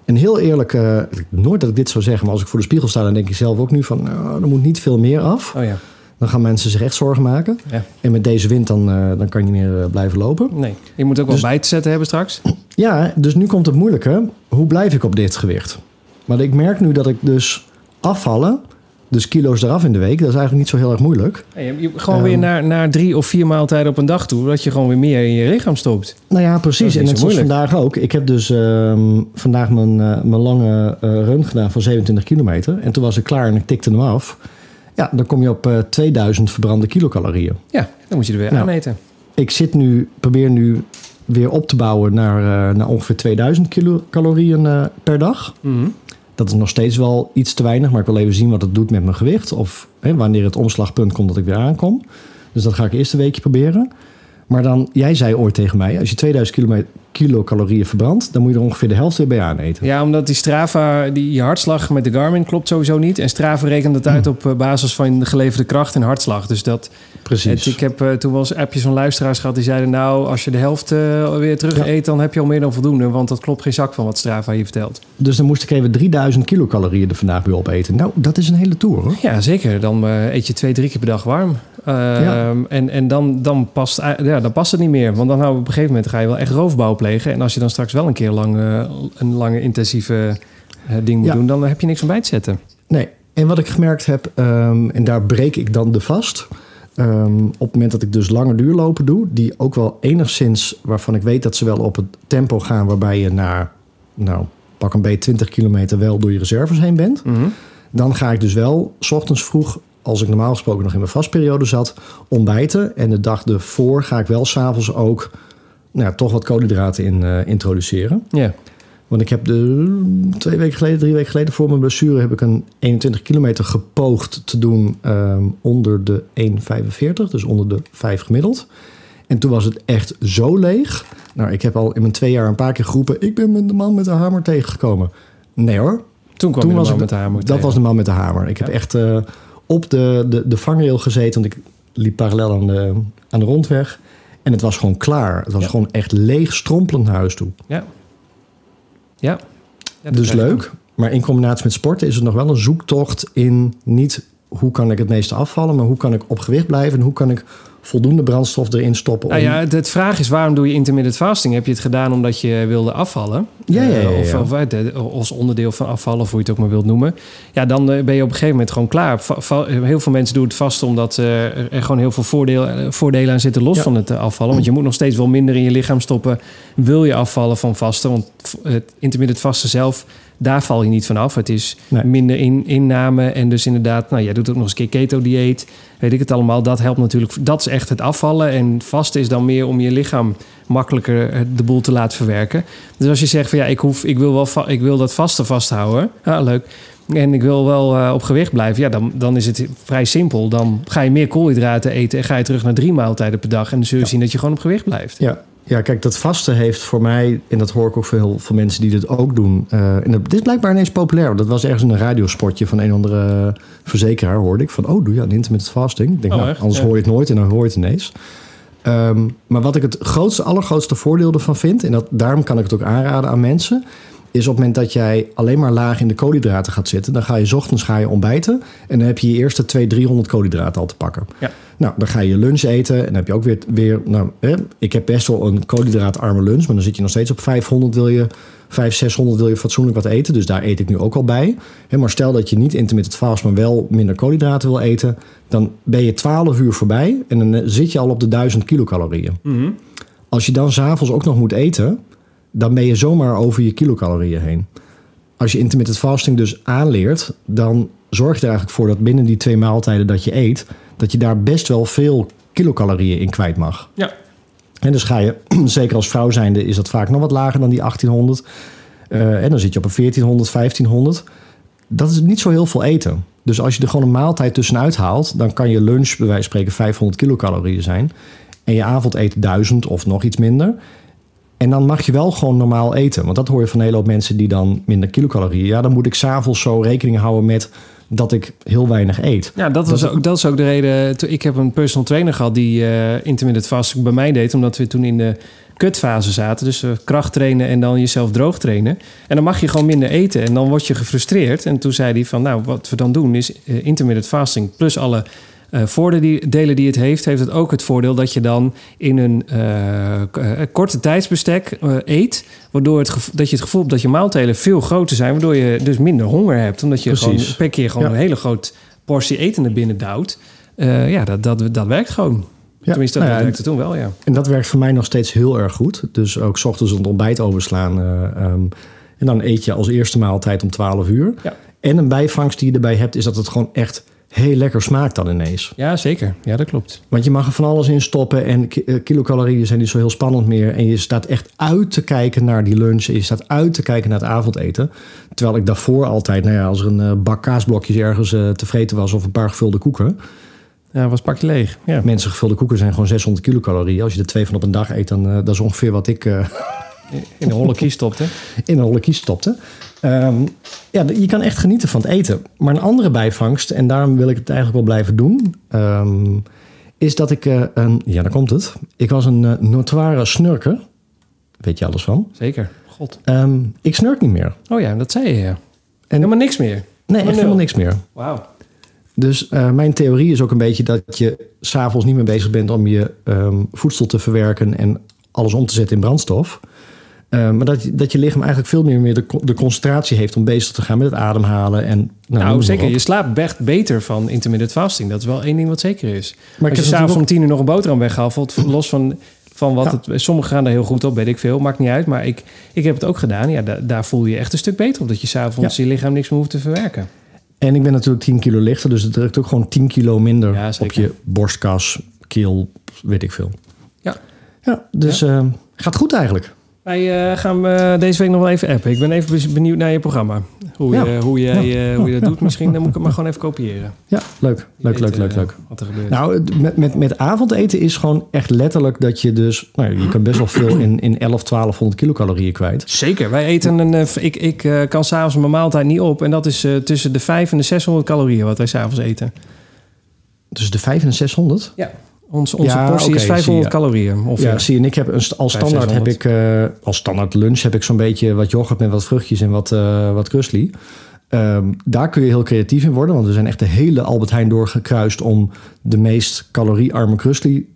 En heel eerlijk, eh, nooit dat ik dit zou zeggen, maar als ik voor de spiegel sta, dan denk ik zelf ook nu van, nou, er moet niet veel meer af.
Oh ja.
Dan gaan mensen zich echt zorgen maken.
Ja.
En met deze wind, dan, eh, dan kan je niet meer eh, blijven lopen.
Nee. Je moet ook wel
Dus-
bij te zetten hebben straks.
Ja, dus nu komt het moeilijke. Hoe blijf ik op dit gewicht? Maar ik merk nu dat ik dus afvallen, dus kilo's eraf in de week, dat is eigenlijk niet zo heel erg moeilijk.
Ja, je- je- gewoon
Ehm.
weer naar, naar drie of vier maaltijden op een dag toe. Dat je gewoon weer meer in je lichaam stopt.
Nou ja,
Dat
precies.
is
En
niet
net
zo
zoals vandaag ook. Ik heb dus ehm, vandaag mijn, eh, mijn lange eh, run gedaan van 27 kilometer. En toen was ik klaar en ik tikte hem af. Ja, dan kom je op eh, 2000 verbrande kilocalorieën.
Ja, dan moet je er weer
Nou.
aan eten.
Ik zit nu, probeer nu weer op te bouwen naar, eh, naar ongeveer 2000 kilocalorieën eh, per dag. Dat is nog steeds wel iets te weinig, maar ik wil even zien wat het doet met mijn gewicht. Of hè, wanneer het omslagpunt komt dat ik weer aankom. Dus dat ga ik eerst een weekje proberen. Maar dan, jij zei ooit tegen mij, als je 2000 kilome- kilocalorieën verbrandt, dan moet je er ongeveer de helft weer bij aaneten.
Ja, omdat die Strava, die je hartslag met de Garmin klopt sowieso niet. En Strava rekent het uit op eh, basis van de geleverde kracht en hartslag. Dus dat,
Precies.
Het- ik heb eh, toen wel eens appjes van luisteraars gehad die zeiden... nou, als je de helft eh, weer terug
Ja.
eet, dan heb je al meer dan voldoende. Want dat klopt geen zak van wat Strava je vertelt.
Dus dan moest ik even 3000 kilocalorieën er vandaag weer opeten. Nou, dat is een hele tour hoor.
Ja, zeker. Dan eh, eet je twee, drie keer per dag warm. Eh,
Ja.
En, en dan, dan, past, eh, ja, dan past het niet meer. Want dan nou, op een gegeven moment ga je wel echt roofbouw plegen. En als je dan straks wel een keer lang, eh, een lange intensieve eh, ding moet
Ja.
doen... dan heb je niks om bij te zetten.
Nee, en wat ik gemerkt heb, ehm, en daar breek ik dan de vast. ehm, op het moment dat ik dus lange duurlopen doe, die ook wel enigszins, waarvan ik weet dat ze wel op het tempo gaan, waarbij je na, nou, pak een beetje 20 kilometer wel door je reserves heen bent. Dan ga ik dus wel, s ochtends vroeg, als ik normaal gesproken nog in mijn vastperiode zat, ontbijten. En de dag ervoor ga ik wel s'avonds ook, nou, ja, toch wat koolhydraten in eh, introduceren.
Ja.
Want ik heb de, eh, twee weken geleden, drie weken geleden voor mijn blessure... heb ik een 21 kilometer gepoogd te doen ehm, onder de 1,45. Dus onder de 5 gemiddeld. En toen was het echt zo leeg. Nou, ik heb al in mijn twee jaar een paar keer geroepen... ik ben met de man met de hamer tegengekomen. Nee hoor,
Toen kwam
toen
je
was
was
ik
met de hamer
dat was de man met de hamer. Ik heb echt eh, op de, de, de vangrail gezeten, want ik liep parallel aan de, aan de rondweg. En het was gewoon klaar. Het was
Ja.
gewoon echt leeg, strompelend naar huis toe.
Ja. ja. Ja, dat
dus
krijg je
leuk. Maar in combinatie met sporten is het nog wel een zoektocht in niet hoe kan ik het meeste afvallen, maar hoe kan ik op gewicht blijven en hoe kan ik voldoende brandstof erin stoppen. Om...
Nou ja, het, het vraag is waarom doe je intermittent fasting? Heb je het gedaan omdat je wilde afvallen?
Ja, ja, ja,
Eh, Of,
ja.
of uit- eh, als onderdeel van afvallen, of hoe je het ook maar wilt noemen. Ja, dan eh, ben je op een gegeven moment gewoon klaar. Va- va- eh, heel veel mensen doen het vast omdat eh, er er gewoon heel veel voordeel, eh, voordelen aan zitten los
Ja. Mm.
van het eh, afvallen. Want je moet nog steeds wel minder in je lichaam stoppen. Wil je afvallen van vasten? Want v- het intermittent vasten zelf, daar val je niet van af. Het is
Nee.
minder in, inname en dus inderdaad, nou jij doet ook nog eens een keer keto-dieet weet ik het allemaal. Dat helpt natuurlijk. Dat is echt het afvallen. En vast is dan meer om je lichaam makkelijker eh, de boel te laten verwerken. Dus als je zegt van ja, ik, hoef, ik, wil, wel va- ik wil dat vaste vasthouden. Ah, leuk. En ik wil wel eh, op gewicht blijven. Ja, dan, dan is het vrij simpel. Dan ga je meer koolhydraten eten en ga je terug naar drie maaltijden per dag. En dan zul je zien dat je gewoon op gewicht blijft.
Ja. ja, kijk, dat vasten heeft voor mij, en dat hoor ik ook veel heel veel mensen die dit ook doen. eh, en dat, dit is blijkbaar ineens populair. want Dat was ergens in een radiospotje van een of andere verzekeraar, hoorde ik. Van, oh, doe je aan intermittent fasting? Ik denk,
Oh,
nou,
echt?
anders
Ja.
hoor je het nooit en dan hoor je het ineens. Ehm, maar wat ik het grootste, allergrootste voordeel ervan vind, en dat, daarom kan ik het ook aanraden aan mensen, is op het moment dat jij alleen maar laag in de koolhydraten gaat zitten, dan ga je 's ochtends ga je ontbijten en dan heb je je eerste 200, 300 koolhydraten al te pakken.
Ja.
Nou, dan ga je lunch eten en dan heb je ook weer, weer nou, hè, ik heb best wel een koolhydraatarme lunch, maar dan zit je nog steeds op 500 wil je, 500, 600 wil je fatsoenlijk wat eten, dus daar eet ik nu ook al bij. Hè, maar stel dat je niet intermittent fast, maar wel minder koolhydraten wil eten, dan ben je 12 uur voorbij en dan eh, zit je al op de 1000 kilocalorieën. Als je dan s'avonds ook nog moet eten, dan ben je zomaar over je kilocalorieën heen. Als je intermittent fasting dus aanleert, dan zorg je er eigenlijk voor dat binnen die twee maaltijden dat je eet, dat je daar best wel veel kilocalorieën in kwijt mag.
Ja.
En dus ga je, zeker als vrouw zijnde, is dat vaak nog wat lager dan die 1800. Eh, en dan zit je op een 1400, 1500. Dat is niet zo heel veel eten. Dus als je er gewoon een maaltijd tussenuit haalt, dan kan je lunch bij wijze van spreken 500 kilocalorieën zijn. En je avondeten 1000 of nog iets minder. En dan mag je wel gewoon normaal eten. Want dat hoor je van een hele hoop mensen die dan minder kilocalorieën. Ja, dan moet ik s'avonds zo rekening houden met dat ik heel weinig eet.
Ja, dat, was ook, dat is ook de reden. to- Ik heb een personal trainer gehad die eh intermittent fasting bij mij deed. Omdat we toen in de kutfase zaten. Dus eh, kracht trainen en dan jezelf droog trainen. En dan mag je gewoon minder eten. En dan word je gefrustreerd. En toen zei hij van, nou, wat we dan doen is eh, intermittent fasting plus alle... eh voordelen die het heeft, heeft het ook het voordeel dat je dan in een eh, k- eh, korte tijdsbestek eh, eet. Waardoor het gevo- dat je het gevoel hebt dat je maaltijden veel groter zijn. Waardoor je dus minder honger hebt. Omdat je gewoon
Precies.
per keer gewoon
Ja.
een hele groot portie eten naar binnen duwt. Eh, ja, dat, dat, dat werkt gewoon.
Ja,
Tenminste, dat,
nou ja,
dat werkte toen wel, ja.
En dat werkt voor mij nog steeds heel erg goed. Dus ook 's ochtends het ontbijt overslaan. eh, ehm, en dan eet je als eerste maaltijd om 12 uur.
Ja.
En een bijvangst die je erbij hebt, is dat het gewoon echt heel lekker smaakt dan ineens.
Ja, zeker. Ja, dat klopt.
Want je mag er van alles in stoppen en ki- eh, kilocalorieën zijn niet zo heel spannend meer. En je staat echt uit te kijken naar die lunch. En je staat uit te kijken naar het avondeten. Terwijl ik daarvoor altijd, nou ja, als er een eh, bak kaasblokjes ergens eh, te vreten was of een paar gevulde koeken.
Ja, was pakje leeg. Ja.
Mensen gevulde koeken zijn gewoon 600 kilocalorieën. Als je er twee van op een dag eet, dan eh, dat is ongeveer wat ik... eh,
In de holle kies stopte.
in een holle kies stopte. Ehm, ja, je kan echt genieten van het eten. Maar een andere bijvangst, en daarom wil ik het eigenlijk wel blijven doen, ehm, is dat ik, eh, een, ja, daar komt het. Ik was een eh, notoire snurker. Weet je alles van?
Zeker. God.
Ehm, ik snurk niet meer.
Oh ja, dat zei je, ja.
En-
Helemaal Nou, niks meer.
Nee, echt
nul.
helemaal niks meer.
Wauw.
Dus eh, mijn theorie is ook een beetje dat je s'avonds niet meer bezig bent om je ehm, voedsel te verwerken en alles om te zetten in brandstof. Eh, maar dat, je- dat je lichaam eigenlijk veel meer, meer de, co- de concentratie heeft om bezig te gaan met het ademhalen. En, nou, noem het
Nou,
maar
zeker.
op.
Je slaapt echt beter van intermittent fasting. Dat is wel één ding wat zeker is. Maar Als
ik heb
je s'avonds
natuurlijk
om tien uur nog een boterham weghaalt, los van, van wat
Ja.
het... Sommigen gaan daar heel goed op, weet ik veel. Maakt niet uit, maar ik, ik heb het ook gedaan. Ja, da- daar voel je je echt een stuk beter op. Dat je s'avonds je lichaam niks meer hoeft te verwerken.
En ik ben natuurlijk 10 kilo lichter, dus het drukt ook gewoon 10 kilo minder
Ja,
op
zeker.
je borstkas, keel, weet ik veel.
Ja.
Ja, dus eh, gaat goed eigenlijk.
Wij eh, gaan eh, deze week nog wel even appen. Ik ben even bes- benieuwd naar je programma. Hoe,
Ja.
je, hoe, jij, eh, hoe je dat doet misschien. Dan moet ik het maar gewoon even kopiëren.
Ja, leuk,
Je
leuk,
weet,
leuk,
eh,
leuk, leuk.
Wat er gebeurt.
Nou, het- met, met, met avondeten is gewoon echt letterlijk dat je dus... Nou, ja, je kan best wel veel in, in 11, 1200 kilocalorieën kwijt.
Zeker. Wij eten een. eh, ik ik eh, kan s'avonds mijn maaltijd niet op. En dat is eh, tussen de 500 en de 600 calorieën wat wij s'avonds eten.
Dus de 5 en 600.
Ja. Ons, onze
Ja,
portie
oké,
is
zie je.
500 calorieën. Of
ja, eh, zie je, en ik heb een, st- als
Vijf,
standaard heb ik eh, als standaard lunch heb ik zo'n beetje wat yoghurt met wat vruchtjes en wat, eh wat krusli. Ehm, daar kun je heel creatief in worden, want we zijn echt de hele Albert Heijn doorgekruist om de meest caloriearme krusli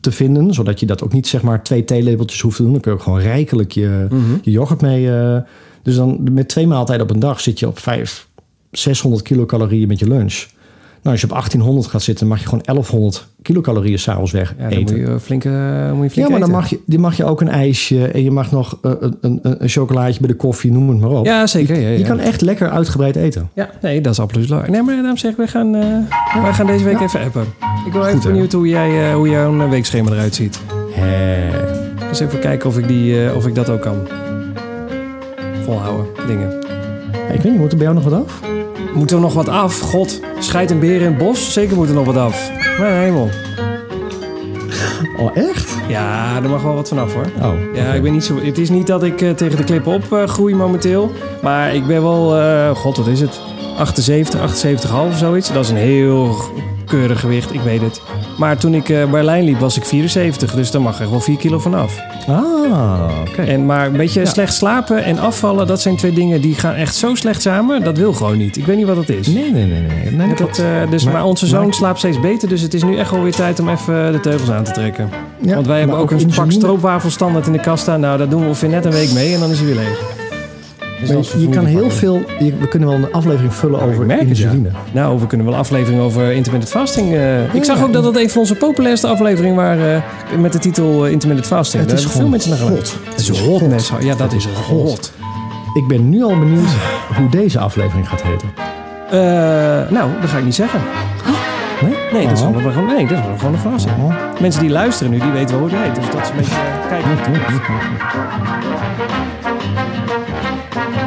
te vinden. Zodat je dat ook niet zeg maar twee theelepeltjes hoeft te doen. Dan kun je ook gewoon rijkelijk je,
Mhm.
je yoghurt mee. eh, dus dan met twee maaltijden op een dag zit je op 500, 600 kilocalorieën met je lunch. Nou, als je op 1800 gaat zitten, mag je gewoon 1100 kilocalorieën s'avonds weg
Ja, dan
eten.
moet je eh, flink, eh, moet je flink
Ja, maar dan
eten.
mag je, die mag je ook een ijsje en je mag nog eh, een, een, een chocolaatje bij de koffie, noem het maar op.
Ja, zeker. Ja, ja,
Je
ja.
kan echt lekker uitgebreid eten.
Ja, nee, dat is absoluut leuk. Nee, maar daarom zeg ik, wij gaan, eh, wij gaan deze week even appen. Ik ben even
hè?
benieuwd hoe, jij, eh, hoe jouw eh, weekschema eruit ziet. Dus even kijken of ik, die, eh, of ik dat ook kan. Volhouden, dingen.
Ja, ik weet niet, moet er bij jou nog wat af?
Moet er nog wat af? God, scheid en beren in het bos? Zeker moet er nog wat af. Mijn hemel.
Oh, echt?
Ja, er mag wel wat vanaf hoor.
Oh,
Ja, ik ben niet zo... Het is niet dat ik eh, tegen de klip op eh, groei momenteel. Maar ik ben wel... eh, God, wat is het? 78, 78,5 of zoiets. Dat is een heel g- keurig gewicht, ik weet het. Maar toen ik eh, Berlijn liep was ik 74. Dus daar mag echt wel 4 kilo vanaf.
Ah, oké.
En, maar een beetje slecht slapen en afvallen... dat zijn twee dingen die gaan echt zo slecht samen. Dat wil gewoon niet. Ik weet niet wat dat is.
Nee, nee, nee. nee. nee
Dat,
klopt.
eh, dus, maar,
Maar-
onze zoon
maar-
slaapt steeds beter, dus het is nu echt wel weer tijd om even eh, de teugels aan te trekken.
Ja,
Want wij hebben
maar
ook, een pak
insuline-
stroopwafel standaard in de kast staan. Nou, dat doen we ongeveer net een week mee en dan is hij weer leeg. Dus
Maar
dat is
je, je kan
vervoer
heel
pakken.
veel... je- we kunnen wel een aflevering vullen
Ah, ik
over
merk het, ja.
insuline.
Nou, we kunnen wel een aflevering over intermittent fasting. eh, ik
Ja,
zag
ja.
ook dat dat een van onze populairste afleveringen was eh, met de titel eh, intermittent fasting.
Het
Daar
is
hebben
gewoon
veel mensen naar geluisterd.
hot.
Het is hot, mensen. Ja, dat
Het
is
is
hot.
hot. Ik ben nu al benieuwd hoe deze aflevering gaat heten.
Eh, nou, dat ga ik niet zeggen.
Nee?
Nee, dat is
Oh.
gewoon, een- nee, dat is gewoon een verrassing.
Oh.
Mensen die luisteren nu, die weten wel hoe het heet. Dus dat is een beetje... eh, kijken.